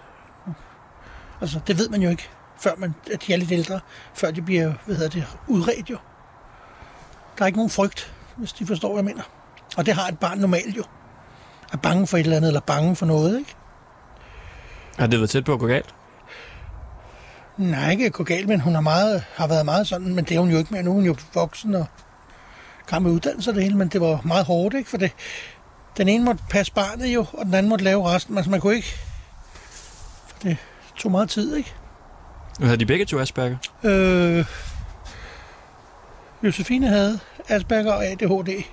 F: altså, det ved man jo ikke, før man, at de er lidt ældre, før de bliver hvad hedder det, udredt jo. Der er ikke nogen frygt, hvis de forstår, hvad jeg mener. Og det har et barn normalt jo. Er bange for et eller andet, eller bange for noget, ikke?
A: Har det været tæt på at gå galt?
F: Nej, ikke gå galt, men hun har, meget, har været meget sådan, men det er hun jo ikke mere nu. Hun er jo voksen og gammel med uddannelse og det hele, men det var meget hårdt, ikke? For det, den ene måtte passe barnet jo, og den anden måtte lave resten. Altså, man kunne ikke... For det tog meget tid, ikke?
A: Havde de begge to Asperger?
F: Øh, Josefine havde Asperger og ADHD.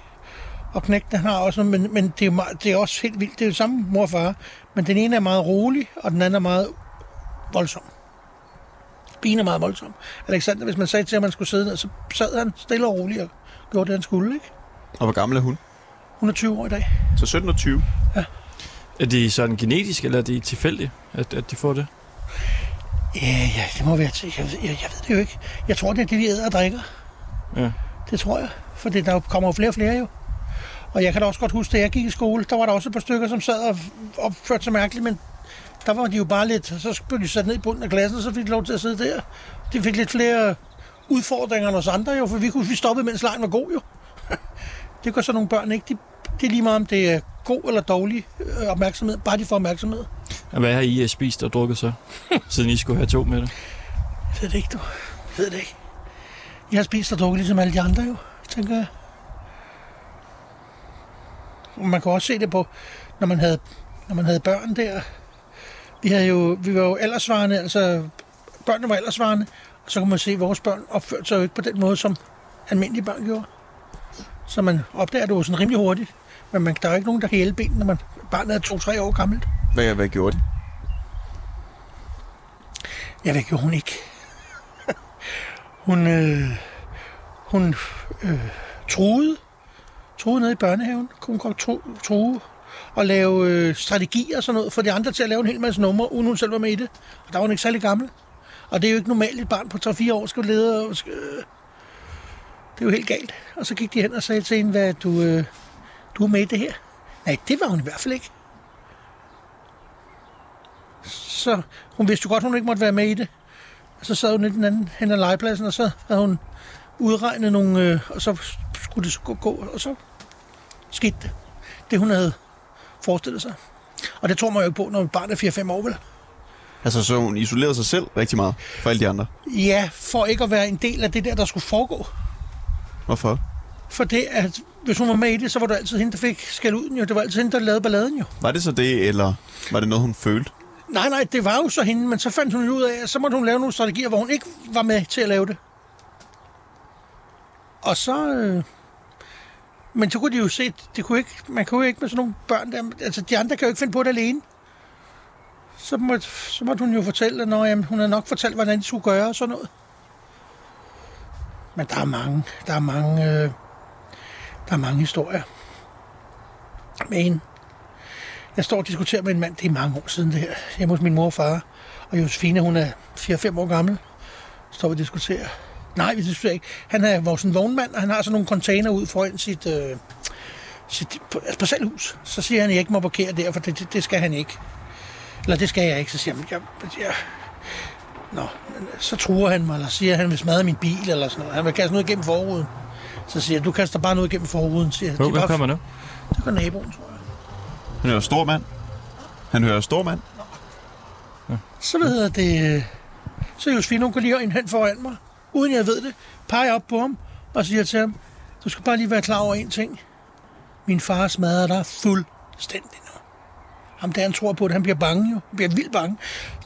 F: Og knægten han har også, noget, men, men det, er jo meget, det er også helt vildt. Det er jo samme mor og far. Men den ene er meget rolig, og den anden er meget voldsom. Bilen er meget voldsom. Alexander, hvis man sagde til ham, at man skulle sidde ned, så sad han stille og roligt og gjorde det, han skulle. Ikke?
B: Og hvor gammel er hun?
F: Hun er 20 år i dag.
B: Så 17 og 20.
A: Er de sådan genetisk, eller er de tilfældige, at, at de får det?
F: Ja, ja, det må være til. Jeg, ved- jeg, jeg ved det jo ikke. Jeg tror, det er det, de æder og drikker.
A: Ja.
F: Det tror jeg, for det, der kommer jo flere og flere jo. Og jeg kan da også godt huske, da jeg gik i skole, der var der også et par stykker, som sad og opførte sig mærkeligt, men der var de jo bare lidt, så blev de sat ned i bunden af klassen, og så fik de lov til at sidde der. De fik lidt flere udfordringer end os andre jo, for vi, kunne, vi stoppede, mens lejen var god jo. det gør så nogle børn ikke. De, det er lige meget, om det er god eller dårlig øh, opmærksomhed, bare de får opmærksomhed.
A: Og Hvad har I øh, spist og drukket så, siden I skulle have to med det?
F: Jeg ved det ikke, du. Jeg ved det ikke. Jeg har spist og drukket ligesom alle de andre jo, tænker jeg. Og Man kunne også se det på, når man havde, når man havde børn der. Vi, havde jo, vi var jo aldersvarende, altså børnene var aldersvarende, og så kunne man se, at vores børn opførte sig jo ikke på den måde, som almindelige børn gjorde. Så man opdager det jo sådan rimelig hurtigt. Men man, der er jo ikke nogen, der kan hjælpe en, når man barnet er to-tre år gammelt.
B: Hvad, hvad gjorde de?
F: Jeg ved gjorde hun ikke. hun øh, hun øh, troede, troede nede i børnehaven, kunne hun godt tro, true og lave øh, strategier og sådan noget, for de andre til at lave en hel masse numre, uden hun selv var med i det. Og der var hun ikke særlig gammel. Og det er jo ikke normalt, et barn på 3-4 år skal lede og... skal- Øh, det er jo helt galt. Og så gik de hen og sagde til hende, hvad du, øh, du er med i det her. Nej, det var hun i hvert fald ikke. Så hun vidste jo godt, hun ikke måtte være med i det. Og så sad hun i den anden hen ad legepladsen, og så havde hun udregnet nogle, øh, og så skulle det gå, gå, og så skete det. Det, hun havde forestillet sig. Og det tror man jo ikke på, når et barn er 4-5 år, vel?
B: Altså, så hun isolerede sig selv rigtig meget fra alle de andre.
F: Ja, for ikke at være en del af det der, der skulle foregå.
B: Hvorfor?
F: For det, at hvis hun var med i det, så var det altid hende, der fik skæld ud jo. Det var altid hende, der lavede balladen jo.
B: Var det så det, eller var det noget, hun følte?
F: Nej, nej, det var jo så hende, men så fandt hun jo ud af, at så måtte hun lave nogle strategier, hvor hun ikke var med til at lave det. Og så... Øh, men så kunne de jo se, det kunne ikke, man kunne jo ikke med sådan nogle børn der, altså de andre kan jo ikke finde på det alene. Så måtte, så måtte hun jo fortælle, når jamen, hun havde nok fortalt, hvordan de skulle gøre og sådan noget. Men der er mange, der er mange, øh, der er mange historier. Men jeg står og diskuterer med en mand, det er mange år siden det her, hjemme hos min mor og far. Og Josefine, hun er 4-5 år gammel. Så står vi og diskuterer. Nej, vi diskuterer ikke. Han er vores en vognmand, og han har sådan nogle container ud foran sit, øh, sit altså parcelhus. Så siger han, at jeg ikke må parkere der, for det, det, det skal han ikke. Eller det skal jeg ikke. Så siger han, jeg, jeg Nå, men øh, så truer han mig, eller siger, at han vil smadre min bil, eller sådan noget. Han vil kaste noget igennem forruden. Så siger jeg, du kaster bare noget igennem forruden, siger jeg.
A: Hvor,
F: Det er
A: hvem
F: bare-
A: kommer nu?
F: Det går naboen, tror jeg.
B: Han hører stor mand. Han hører stor mand.
F: Så hvad hedder det? øh, Så Josefine, hun går lige ind hen foran mig, uden jeg ved det, peger jeg op på ham og siger til ham, du skal bare lige være klar over en ting. Min far smadrer dig fuldstændig nu. Ham der, han tror på det, han bliver bange jo. Han bliver vildt bange.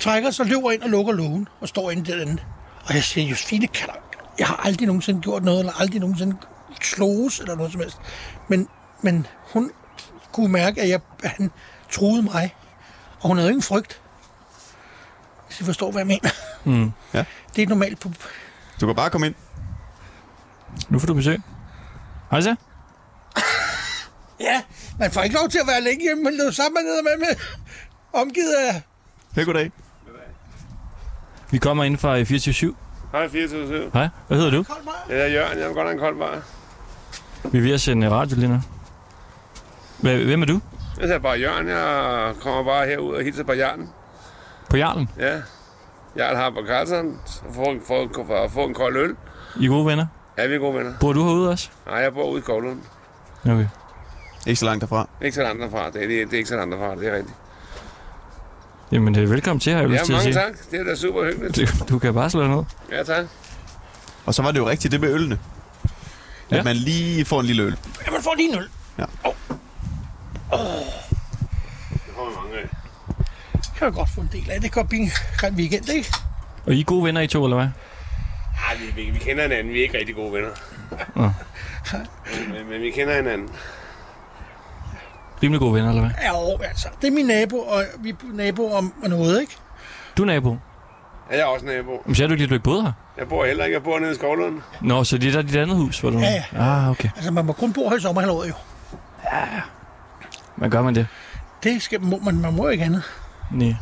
F: Trækker sig, løber ind og lukker lågen og står inde derinde. Og jeg siger, Josefine, kan der... jeg har aldrig nogensinde gjort noget, eller aldrig nogensinde slås eller noget som helst. Men, men hun kunne mærke, at, jeg, at han troede mig. Og hun havde ingen frygt. Hvis I forstår, hvad jeg mener.
A: Mm.
B: Ja.
F: Det er ikke normalt på...
B: Du kan bare komme ind.
A: Nu får du besøg. Hej så.
F: Ja, man får ikke lov til at være længe hjemme, men så er man nede med, med omgivet af...
B: Hej, goddag.
A: Vi kommer ind fra 24
G: Hej 24
A: Hej, hvad hedder du?
G: Jeg er Jørgen, jeg vil godt have en kold bar.
A: Vi er ved at sende øh, radio lige nu. Hva- Hvem er du?
G: Jeg hedder bare Jørgen, jeg kommer bare herud og hilser på Jørgen.
A: På Jarlen?
G: Ja. Jørgen har på Carlsen, for, for, for, for at få en kold øl.
A: I er gode venner?
G: Ja, vi er gode venner.
A: Bor du herude også?
G: Nej, jeg bor ude i Kovlund.
A: Okay.
B: Ikke så langt derfra.
G: Ikke så langt derfra, det er, det, er- det er ikke så langt derfra, det er rigtigt.
A: Jamen, øh, velkommen til, har jeg
G: Ja,
A: lyst til at
G: mange
A: sige.
G: tak, det er da super hyggeligt.
A: Du, du kan bare slå ned.
G: Ja, tak.
B: Og så var det jo rigtigt, det med ølene. At
A: Ja.
B: man lige får en lille øl.
F: Ja, man får lige en øl.
G: Det kommer mange af.
F: Kan jeg godt få en del af. Det kan godt blive en grim weekend, ikke?
A: Og I er gode venner, I to, eller hvad?
G: Ej, vi, vi, vi kender hinanden, vi er ikke rigtig gode venner.
A: Nå.
G: Men- Men, men vi kender hinanden.
A: Rimelig gode venner, eller hvad?
F: Ja, jo, altså. Det er min nabo, og vi er nabo om og noget, ikke?
A: Du er nabo.
G: Ja, jeg er også nabo.
A: Men sagde du ikke lige, at du ikke boede her?
G: Jeg bor heller ikke, jeg bor nede i Skovlund.
A: Nå, så det er der dit andet hus, hvor du...
F: Ja,
A: Ah, okay.
F: Altså, man må kun bo her i sommerhalvåret jo.
A: Hvad gør man det?
F: Det skal, må, man, man må ikke andet.
A: Nej.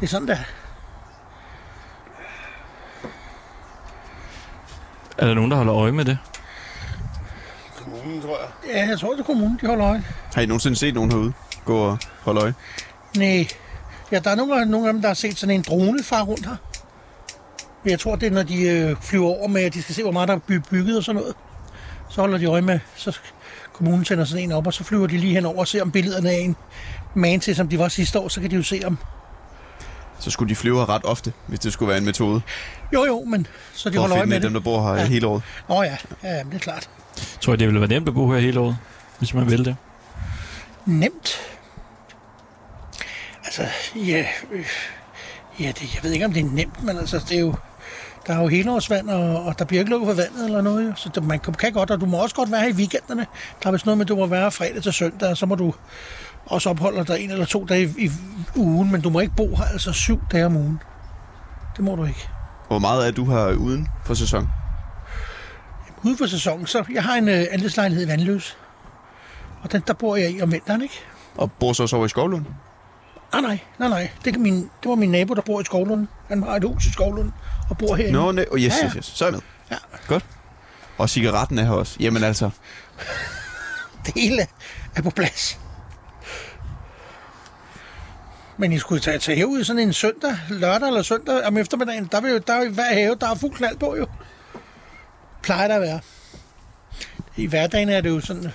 F: Det er sådan, der.
A: Er der nogen, der holder øje med det?
G: Kommunen, tror jeg.
F: Ja, jeg tror, det er kommunen, de holder øje.
B: Har I nogensinde set nogen herude? Gå og holde øje.
F: Nej. Ja, der er nogle, af- nogle af dem, der har set sådan en drone fra rundt her. Men jeg tror, det er, når de øh, flyver over med, at de skal se, hvor meget der er by- bygget og sådan noget. Så holder de øje med, så sk- kommunen sender sådan en op, og så flyver de lige henover og ser, om billederne af en man til, som de var sidste år, så kan de jo se om.
B: Så skulle de flyve her ret ofte, hvis det skulle være en metode.
F: Jo, jo, men så de
B: For at
F: holder øje
B: finde
F: med
B: dem, der
F: det.
B: bor her ja. hele året.
F: Åh oh, ja. ja, jamen, det er klart.
A: Tror jeg, det ville være nemt at bo her hele året, hvis man ville det.
F: Nemt. Altså, ja, øh, ja det, jeg ved ikke, om det er nemt, men altså, det er jo, der er jo helårsvand, og, og der bliver ikke lukket for vandet eller noget, jo. så det, man kan, kan godt, og du må også godt være her i weekenderne. Der er vist noget med, at du må være her fredag til søndag, og så må du også opholde dig en eller to dage i, i ugen, men du må ikke bo her altså syv dage om ugen. Det må du ikke.
B: Hvor meget er du her uden for sæson?
F: Ude for sæsonen, så jeg har en øh, andelslejlighed i Vandløs, og den, der bor jeg i om vinteren, ikke?
B: Og bor så også over i Skovlund?
F: Nej, Ah, nej, nej, nej. Det, kan min, det var min nabo, der bor i Skovlund. Han har et hus i Skovlund og bor herinde.
B: Nå, no, oh, yes,
F: Øh. Ja,
B: yes,
F: ja.
B: yes. Så er jeg med.
F: Ja.
B: Godt. Og cigaretten er her også. Jamen altså,
F: Det hele er på plads. Men I skulle tage, tage herud sådan en søndag, lørdag eller søndag om eftermiddagen. Der, vil jo, der er jo i hver have, der er fuld knald på jo. Plejer der at være. I hverdagen er det jo sådan, der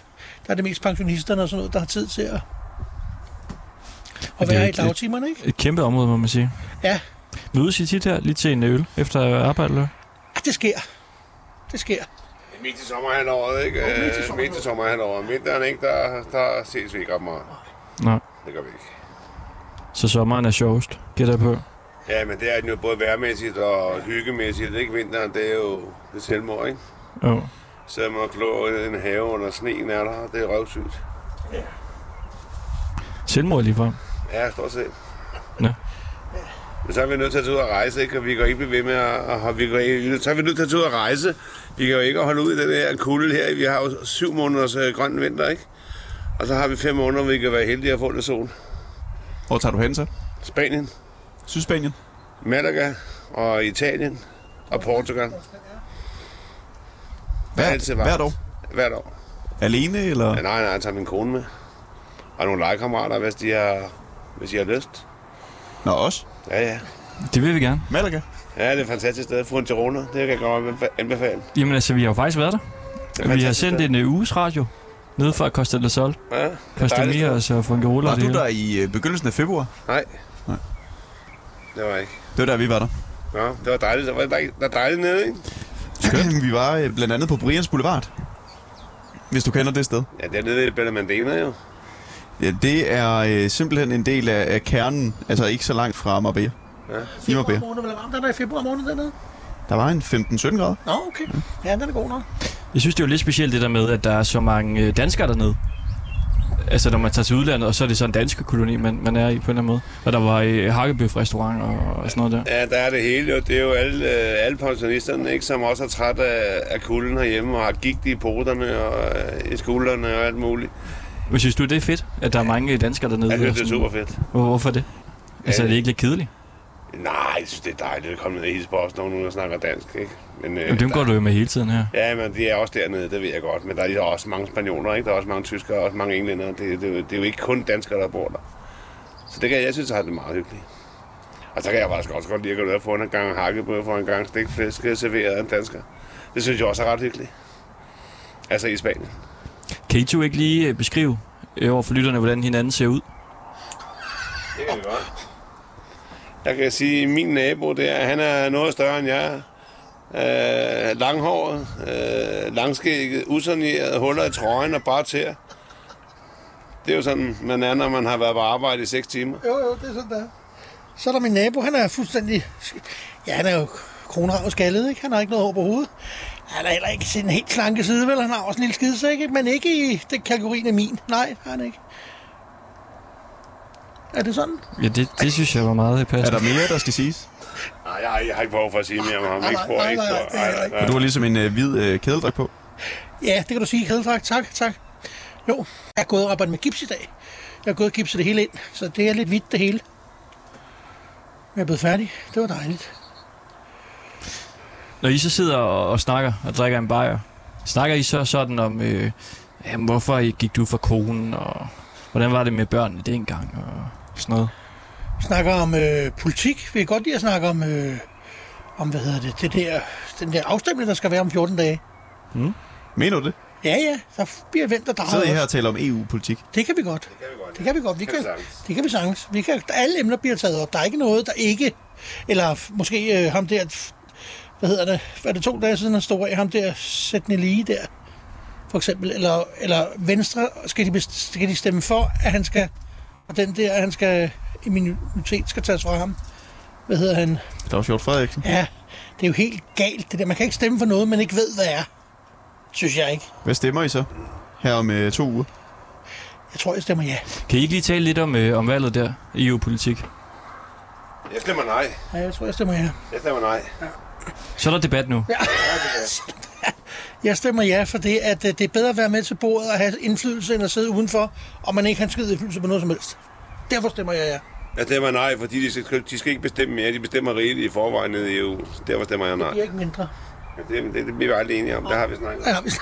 F: er det mest pensionisterne og sådan noget, der har tid til at,
A: er
F: at være i
A: ikke-
F: dagtimerne, ikke?
A: Et kæmpe område, må man sige.
F: Ja.
A: Mødes I tit her, lige til en øl, efter arbejde, eller?
F: Ah, det sker. Det sker.
G: Midt i sommerhalvåret, ikke?
F: midt i
G: Øh, Midt i
F: sommerhalvåret.
G: sommerhalvåret. Vinteren, ikke? Der, der ses vi ikke ret meget.
A: Nej.
G: Det gør vi ikke.
A: Så sommeren er sjovest, gætter jeg på.
G: Ja, men det er den jo både værmæssigt og hyggemæssigt, ikke? Vinteren, det er jo det selvmord, ikke?
A: Jo.
G: Så man klå i en have under sneen er der, det er røvsygt.
A: Selvmord ligefrem.
G: Ja, stort set.
A: Ja.
G: Men så er vi nødt til at tage ud og rejse, ikke? Og vi kan jo ikke blive ved med at... Og og vi kan, ikke- så er vi nødt til at tage ud og rejse. Vi kan jo ikke holde ud i den her kulde her. Vi har jo syv måneders øh, grøn vinter, ikke? Og så har vi fem måneder, hvor vi kan være heldige at få lidt sol.
B: hvor tager du hen så?
G: Spanien.
B: Sydspanien?
G: Malaga og Italien og Portugal er altid varmt.
B: hvert år?
G: hvert år.
B: Alene, eller?
G: Ja, nej, nej, jeg tager min kone med. Og nogle legekammerater, hvis de har, hvis de har lyst.
B: Nå, også.
G: Ja, ja.
A: Det vil vi gerne.
B: Malaga?
G: Ja, det er et fantastisk sted. Fuenterona, det kan jeg godt anbefale.
A: Jamen altså, vi har jo faktisk været der.
G: Det er
A: Vi har
G: fantastisk
A: sendt
G: sted.
A: en uh, uges radio nede fra Costa del Sol.
G: Ja, det er
A: Costa
G: dejligt sted.
A: Miras og Fungerola og
B: Var
A: det
B: du
A: hele.
B: der i øh, begyndelsen af februar?
G: Nej.
B: Nej.
G: Det var jeg ikke.
B: Det var der, vi var der.
G: Nå, det var dejligt. Der var dejligt, der er dejligt nede, ikke?
B: Skønt. Vi var øh, blandt andet på Brians Boulevard. Hvis du kender det sted.
G: Ja, det er nede ved Bella Mandela, jo.
B: Ja, det er øh, simpelthen en del af, af kernen, altså ikke så langt fra Marbella.
G: Ja.
B: I Marbella.
F: måned, vel varmt er der i februar måned dernede?
B: Der var en 15-17 grader.
F: Nå, okay. Ja, den er god nok.
A: Jeg synes, det er jo lidt specielt det der med, at der er så mange øh, danskere dernede. Altså, når man tager til udlandet, og så er det så en dansk koloni, man, man er i på en eller anden måde. Og der var øh, hakkebøf-restaurant og, og sådan noget der.
G: Ja, der er det hele, og det er jo alle, øh, alle pensionisterne, ikke, som også er træt af, af kulden herhjemme, og har gigt i poterne og øh, i skuldrene og alt muligt.
A: Men synes du, det er fedt, at der er mange øh, danskere dernede?
G: Jeg synes, det
A: Sådan-
G: er super fedt.
A: Hvor, hvorfor det? Altså,
G: Ja.
A: er det ikke lidt kedeligt?
G: Nej, jeg synes, det er dejligt at komme ned og hilse på os, når nogen der snakker dansk, ikke? Men, øh,
A: Jamen, dem
G: der-
A: går du jo med hele tiden her.
G: Ja, men de er også dernede, det ved jeg godt. Men der er lige også mange spanioler, ikke? Der er også mange tyskere, også mange englænder. Det, det, det, det er jo ikke kun danskere, der bor der. Så det kan jeg, jeg synes, at det er meget hyggeligt. Og så kan jeg faktisk også godt lide at gå ned og få en gang hakkebrød, få en gang stikflæsk serveret af en dansker. Det synes jeg også er ret hyggeligt. Altså i Spanien.
A: Kan I to ikke lige øh, beskrive øh, over for lytterne, hvordan hinanden ser ud?
G: Det kan vi godt. Jeg kan sige, at min nabo der, han er noget større end jeg er. Øh, langhåret, øh, langskægget, usaneret, huller i trøjen og bare tæer. Det er jo sådan, man er, når man har været på arbejde i 6 timer.
F: Jo, jo, det er sådan der. Så er der min nabo, han er fuldstændig... Ja, han er jo kronrav og skaldet, ikke? Han har ikke noget hår på hovedet. Han er heller ikke sin helt slanke side, vel? Han har også en lille skidesæk, ikke? Men ikke i den kategorien af min. Nej, har han ikke. Er det sådan?
A: Ja, det, det synes jeg var meget
B: Er
A: passende.
B: der mere, der skal siges?
G: Nej, jeg, har- jeg har ikke behov for at sige mere om ham.
F: Nej,
G: Ikke
F: nej,
G: spor,
F: nej,
G: ikke
F: nej,
G: spor.
F: det er heller ikke.
B: Og du har ligesom en øh, hvid øh, kædeldrag på.
F: Ja, det kan du sige, kædedragt. Tak, tak. Jo, jeg er gået og arbejdet med gips i dag. Jeg har gået og gipset det hele ind, så det er lidt hvidt det hele. Men Jeg er blevet færdig. Det var dejligt.
A: Når I så sidder og, og snakker og drikker en bajer, snakker I så sådan om, øh, jamen, hvorfor I- gik du fra konen, og hvordan var det med børnene dengang, og sådan noget?
F: Vi snakker om øh, politik. Vi kan godt lide at snakke om, øh, om hvad hedder det, det der, den der afstemning, der skal være om 14 dage.
B: Mener du det?
F: Ja, ja, der bliver vendt og
B: Sidder I
F: drejet.
B: her
F: også.
B: og taler om E EU-politik?
F: Det kan vi godt. Det kan vi godt. Vi
G: Det kan
F: kan,
G: vi sagtens.
F: det kan vi sagtens. Vi kan, alle emner bliver taget op. Der er ikke noget, der ikke... Eller f- måske øh, ham der... f- Hvad hedder det? Var det to dage siden, han stod af? Ham der Sætne lige der, for eksempel. Eller, eller Venstre, skal de, best- skal de stemme for, at han skal... Og den der, at han skal... Immunitet skal tages fra ham. Hvad hedder han?
B: Claus Hjort Frederiksen.
F: Ja, det er jo helt galt, det der. Man kan ikke stemme for noget, man ikke ved, hvad er. Synes jeg ikke.
B: Hvad stemmer I så? Her om øh, to uger.
F: Jeg tror, jeg stemmer ja.
A: Kan I ikke lige tale lidt om, øh, om valget der, EU-politik?
G: Jeg stemmer nej.
F: Ja, jeg tror, jeg stemmer ja.
G: Jeg stemmer nej.
A: Så er der debat nu.
F: Jeg stemmer ja, for det, at øh, det er bedre at være med til bordet og have indflydelse, end at sidde udenfor, og man ikke har en skid indflydelse på noget som helst. Derfor stemmer jeg ja.
G: Jeg stemmer nej, fordi de skal, de skal ikke bestemme mere. De bestemmer rigeligt i forvejen nede i EU. Derfor stemmer jeg nej.
F: Det er ikke mindre.
G: Ja, Det, det, det bliver vi aldrig enige om. Det har vi snakket om.
F: Ja, hvis-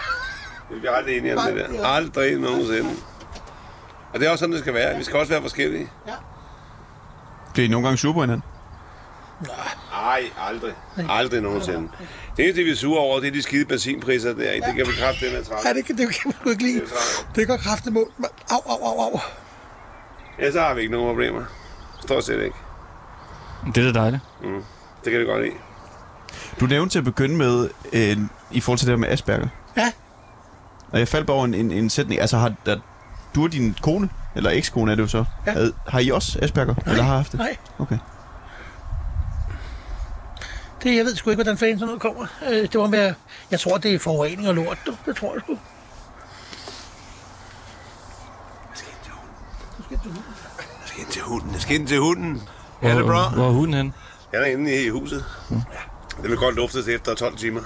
G: Vi bliver aldrig enige om det der. Aldrig nogensinde. Og det er også sådan, det skal være. Vi skal også være forskellige.
B: Bliver I nogle gange sure på hinanden?
G: Nej, aldrig. Aldrig nogensinde. Det eneste, vi er sure over, det er de skide benzinpriser der. Ikke? Det kan vi kræfte den her
F: ja,
G: trække.
F: det, kan, det kan man jo ikke lide. Det går kraftigt mod. Men- Au, au, au, au.
G: Ja, så har vi ikke nogen problemer. Stort set ikke.
A: Det er da dejligt.
G: Det kan vi godt lide.
B: Du nævnte til at begynde med, øh, i forhold til det her med Asperger.
F: Ja.
B: Og jeg faldt bare over en, en, en sætning. Altså, har, der, du og din kone, eller ekskone er det jo så,
F: Ja.
B: havde, har I også Asperger? Nej. Eller har haft det?
F: Nej,
B: Okay.
F: det, jeg ved sgu ikke, hvordan fanden sådan noget kommer. Øh, Det var med, jeg tror, det er forurening og lort. du. Det tror jeg sgu.
G: Jeg skal ind til hunden. Jeg skal ind til hunden. Ja, det er
A: Hvor,
G: bra.
A: hvor er huden henne?
G: Jeg er inde i huset. Den er godt luftet efter 12 timer.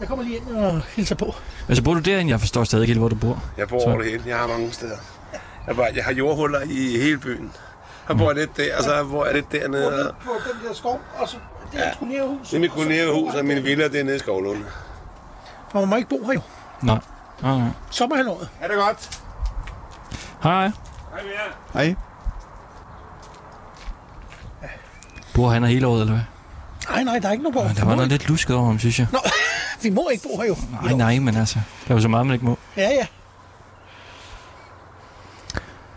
F: Jeg kommer lige ind og hilser på.
A: Altså, bor du derinde? Jeg forstår stadig ikke helt, hvor du bor.
G: Jeg bor over det hele. Jeg har mange steder. Jeg, bare, jeg har jordhuller i hele byen. Jeg bor lidt der, og så bor jeg lidt dernede. Og...
F: på den der skov, og så det er ja. hus.
G: Det er mit kolonierhus, og min villa det er nede i Skovlunde.
F: For man må ikke bo her jo.
A: Nej. Nej, nej.
F: Sommerhalvåret.
G: Er det godt?
A: Hej.
G: Hej med jer.
B: Hej.
A: Bor han her hele året, eller hvad?
F: Nej, nej, der er ikke nogen
A: Der
F: borg.
A: var noget lidt lusket over ham, synes jeg.
F: Nå, vi må ikke bo her jo.
A: Nej, nej, men altså. Der er jo så meget, man ikke må.
F: Ja, ja.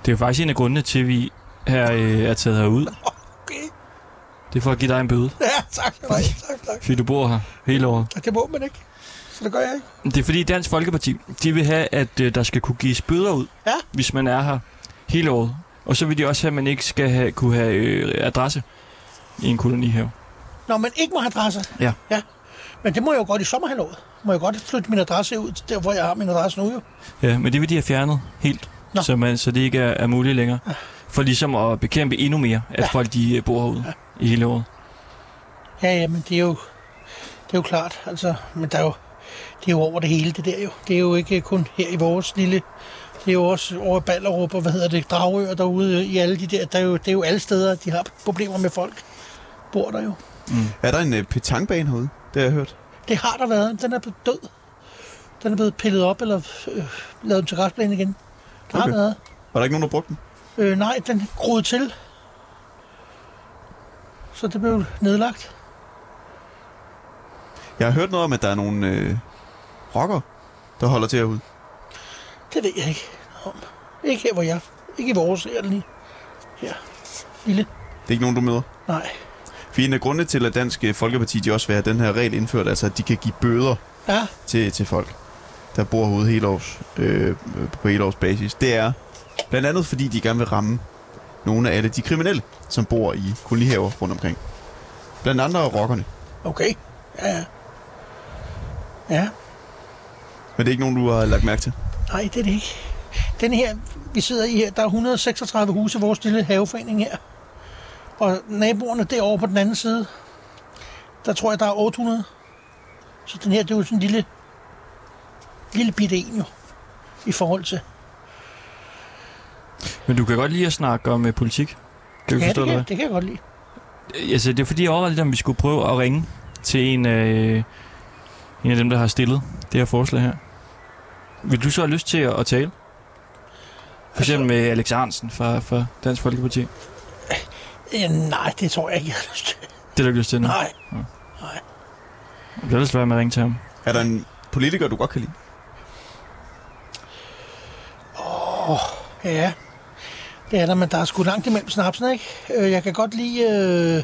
A: Det er jo faktisk en af grundene til, at vi her øh, er taget herud.
F: Okay.
A: Det er for at give dig en bøde,
F: Ja, tak. Nej, tak, tak.
A: fordi du bor her hele året.
F: Og det må man ikke. Så det gør jeg ikke.
A: Det er fordi Dansk Folkeparti, de vil have, at øh, der skal kunne gives bøder ud,
F: Ja.
A: hvis man er her hele året. Og så vil de også have, at man ikke skal have, kunne have øh, adresse i en kolonihave.
F: Når man ikke må have adresser.
A: Ja.
F: ja. Men det må jeg jo godt i sommerhalvåret. Må jeg godt flytte min adresse ud til der, hvor jeg har min adresse nu jo.
A: Ja, men det vil de have fjernet helt,
F: Nå.
A: så, man, så det ikke er, er muligt længere. For ligesom at bekæmpe endnu mere, at ja. folk de øh, bor herude i hele året.
F: Ja, ja, men det er jo, det er jo klart. Altså, men der er jo, det er jo over det hele, det der jo. Det er jo ikke kun her i vores lille... Det er jo også over i Ballerup og, hvad hedder det, Dragø og derude i alle de der. der er jo, det er jo alle steder, de har problemer med folk. Bor der jo.
B: Er der en øh, petangbane herude? Det har jeg hørt.
F: Det har der været. Den er blevet død. Den er blevet pillet op eller øh, lavet om til græsplæne igen. Der okay.
B: Okay.
F: har været.
B: Var der ikke nogen, der brugte den?
F: Øh, nej, den groede til. Så det blev nedlagt.
B: Jeg har hørt noget om, at der er nogle øh, rocker, der holder til herude.
F: Det ved jeg ikke om. Ikke her, hvor jeg. Ikke i vores her lige. Her. Lille.
B: Det er ikke nogen, du møder.
F: Nej.
B: For en af grundene til, at Dansk øh, Folkeparti de også vil have den her regel indført, altså at de kan give bøder
F: Ja,
B: til, til folk, der bor herude hele års, øh, på hele års basis, det er blandt andet, fordi de gerne vil ramme nogle af alle de kriminelle, som bor i kolonihaver rundt omkring. Blandt andre rockerne.
F: okay. Ja, ja. Ja,
B: Men det er ikke nogen, du har lagt mærke til.
F: nej, det er det ikke. Den her, vi sidder i her, der er 136 huse i vores lille haveforening her. Og naboerne derovre på den anden side, der tror jeg, der er 800. Så den her, det er jo sådan en lille, lille bitte en jo, i forhold til.
A: Men du kan godt lide at snakke om øh, politik. Kan du
F: Ja, det
A: forstå
F: kan,
A: det?
F: det kan jeg godt lide.
A: Altså, det er fordi, jeg overvejede lidt, om vi skulle prøve at ringe til en, øh, en af dem, der har stillet det her forslag her. Vil du så have lyst til at, at tale? For eksempel med Alex Arnsen fra, fra Dansk Folkeparti. Det
F: Øh, nej, det tror jeg ikke, jeg har lyst til.
A: har du ikke lyst til nu.
F: Nej.
A: Jeg vil ellers være med at ringe til ham.
B: Er der en politiker, du godt kan lide?
F: Ja, det er der, men der er sgu langt imellem snapsen, ikke? Øh, jeg kan godt lide... Øh,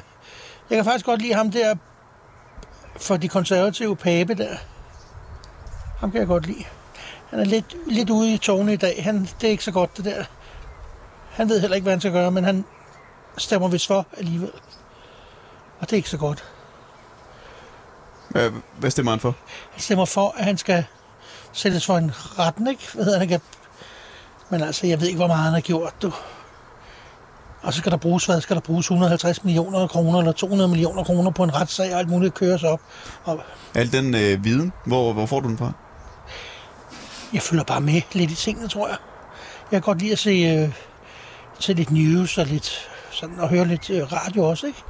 F: jeg kan faktisk godt lide ham der for de konservative pape der. Ham kan jeg godt lide. Han er lidt, lidt ude i tårne i dag. Han, det er ikke så godt, det der. Han ved heller ikke, hvad han skal gøre, men han stemmer vist for alligevel. Og det er ikke så godt.
B: Hvad, hvad stemmer han for?
F: Han stemmer for, at han skal sættes for en retten, ikke? Hvad hedder han, kan... Men altså, jeg ved ikke, hvor meget han har gjort, du. Og så skal der bruges, hvad skal der bruges, 150 millioner kroner eller 200 millioner kroner på en retssag og alt muligt køres op. Og
B: Al den øh, viden, hvor, hvor får du den fra?
F: jeg følger bare med lidt i tingene, tror jeg. Jeg kan godt lide at se, øh, se lidt news og lidt sådan, og høre lidt øh, radio også, ikke?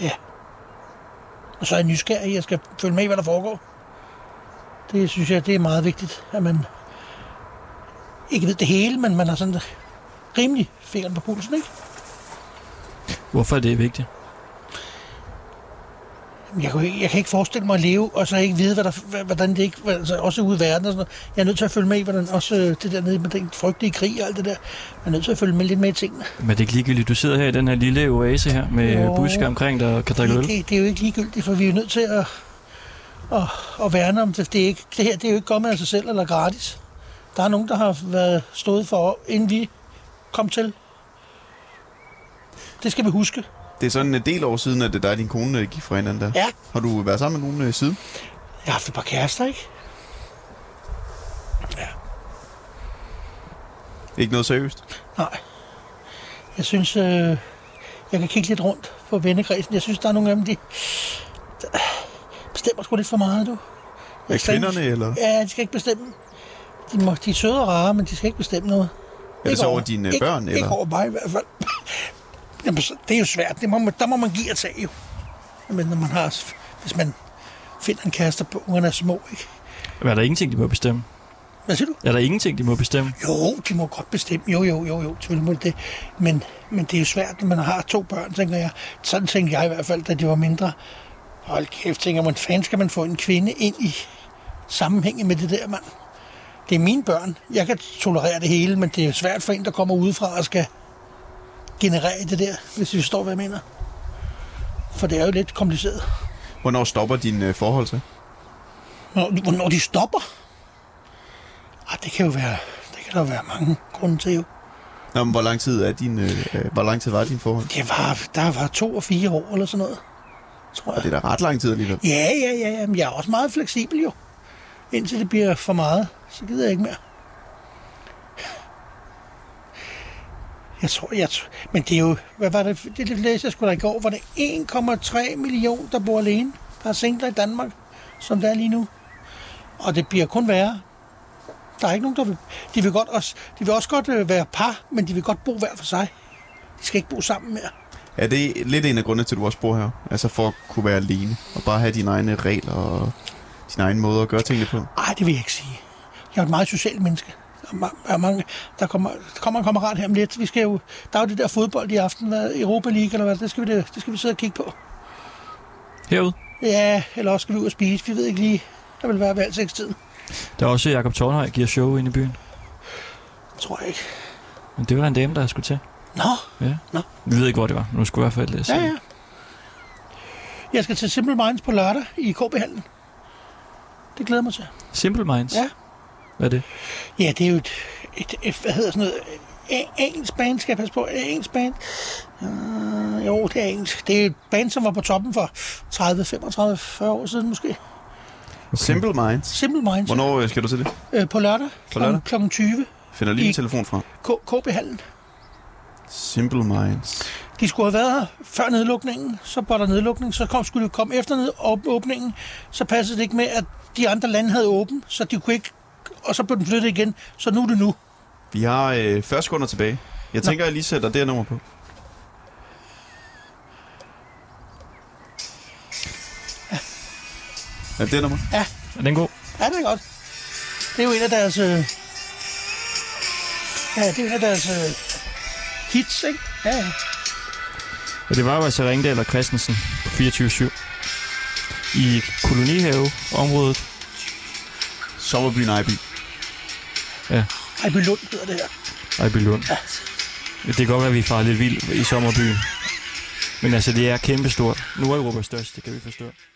F: Ja. Og så er jeg nysgerrig. Jeg skal følge med i, hvad der foregår. Det synes jeg, det er meget vigtigt, at man ikke ved det hele, men man har sådan rimelig fingeren på pulsen, ikke?
A: Hvorfor er det vigtigt?
F: Jamen, Jeg, kunne, ikke- jeg kan ikke forestille mig at leve, og så ikke vide, hvad der, hva- hvordan det ikke... Altså, også ude i verden og sådan noget. Jeg er nødt til at følge med i, hvordan også øh, det der nede med den frygtelige krig og alt det der. Jeg er nødt til at følge med lidt med i tingene.
A: Men det er ikke ligegyldigt. Du sidder her i den her lille oase her med
F: Jo.
A: jo. busker omkring dig og kan drikke
F: Det,
A: øl.
F: det, det er jo ikke ligegyldigt, for vi er jo nødt til at, at, at værne om det. Det, er ikke, det her det er jo ikke kommet af sig selv eller gratis. Der er nogen, der har været stået for, inden vi kom til. Det skal vi huske.
B: Det er sådan en del år siden, at det er dig og din kone øh, gik fra hinanden der.
F: Ja.
B: Har du været sammen med nogen øh, siden?
F: Jeg har haft et par kærester, ikke?
B: Ikke noget seriøst?
F: Nej. Jeg synes, øh, jeg kan kigge lidt rundt på vennekredsen. Jeg synes, der er nogle af dem, de der bestemmer sgu lidt for meget, du. Jeg
B: Er
F: skal ikke-
B: kvinderne, eller?
F: Ja, de skal ikke bestemme. De, må, de er søde og rare, men de skal ikke bestemme noget.
B: Er det så over dine øh,
F: ikke,
B: børn,
F: Ikke
B: eller?
F: over mig i hvert fald. Jamen, så, det er jo svært. Det må man, der må man give og tage jo. Men når man har, hvis man finder en kæreste, på ungerne er små, ikke?
A: Er der ingenting, de må bestemme?
F: Hvad siger du?
A: Er der ingenting, de må bestemme?
F: Jo, de må godt bestemme. Jo, jo, jo, jo, selvfølgelig må de det. Men, men det er jo svært, når man har to børn, tænker jeg. Sådan tænkte jeg i hvert fald, da de var mindre. Hold kæft, tænker man, fanden skal man få en kvinde ind i sammenhængen med det der, mand? Det er mine børn. Jeg kan tolerere det hele, men det er jo svært for en, der kommer udefra og skal generere det der, hvis vi forstår, hvad jeg mener. For det er jo lidt kompliceret.
B: Hvornår stopper din øh, forhold så?
F: Hvornår, hvornår de stopper? Ah, det kan jo være, det kan der jo være mange grunde til jo.
B: Nå, men hvor lang tid, er din, øh, øh, hvor lang tid var din forhold?
F: Det var, der var to og fire år eller sådan noget, tror jeg.
B: Det er da ret lang tid alligevel.
F: Ja, ja, ja, ja. Men jeg er også meget fleksibel jo. Indtil det bliver for meget, så gider jeg ikke mere. Jeg tror, jeg tror, men det er jo, hvad var det, det det læste jeg sgu da i går, var det 1,3 million, der bor alene, der er singler i Danmark, som det er lige nu. Og det bliver kun værre. Der er ikke nogen, der vil, de vil, godt også, de vil også godt øh, være par, men de vil godt bo hver for sig. De skal ikke bo sammen mere.
B: Er det lidt en af grundene til, at du også bor her? Altså for at kunne være alene og bare have dine egne regler og din egen måde at gøre tingene på?
F: Nej, det vil jeg ikke sige. Jeg er et meget socialt menneske. Der, er ma- er mange, der, kommer, der kommer en kammerat her om lidt. Vi skal jo, der er jo det der fodbold i aften, hvad, Europa League eller hvad, det skal, vi, det, det skal vi sidde og kigge på.
A: Herude.
F: Ja, eller også skal vi ud og spise. Vi ved ikke lige, der vil være ved halv tiden.
A: Der er også Jakob Tornhøj, giver show inde i byen.
F: Tror jeg ikke.
A: Men det var en dame, der skulle til.
F: Nå,
A: Ja.
F: Nå.
A: Vi ved ikke, hvor det var. Nu skulle jeg i hvert fald øh, læse.
F: ja, ja. Jeg skal til Simple Minds på lørdag i KB-hallen. Det glæder jeg mig til.
A: Simple Minds.
F: Ja.
A: Hvad er det?
F: Ja, det er jo et, et, et hvad hedder sådan noget, en- engelsk band, skal jeg passe på, Er det engelsk band. Uh, jo, det er engelsk. Det er et band, som var på toppen for 30, 35, 40 år siden måske.
B: Okay. Simple Minds.
F: Simple Minds
B: Hvornår øh, skal du til det?
F: øh, på lørdag,
B: På lørdag?
F: Kl. 20
B: Finder lige min
F: I-
B: telefon frem.
F: K- KB-hallen.
B: Simple Minds.
F: De skulle have været her før nedlukningen, så var der nedlukning, så kom, skulle de komme efter ned, op- åbningen, så passede det ikke med, at de andre lande havde åben, så de kunne ikke, og så blev den flyttet igen, så nu er det nu.
B: Vi har øh, 40 sekunder tilbage. Jeg
F: Nå.
B: tænker, jeg lige sætter det her nummer på. Er det det nummer?
A: Er den god?
F: Ja, det er godt. Det er jo en af deres... Øh... Ja, det er jo en af deres øh... hits, ikke? Ja, ja.
A: Og det var jo altså Ringdal og Christensen på 24-7. I kolonihaveområdet.
B: Sommerbyen Ejby.
F: Ej, Lund hedder det her.
A: Ejby Lund. Det kan godt være, at vi farer lidt vildt i sommerbyen. Men altså, det er kæmpestort. Nordeuropas største, det kan vi forstå.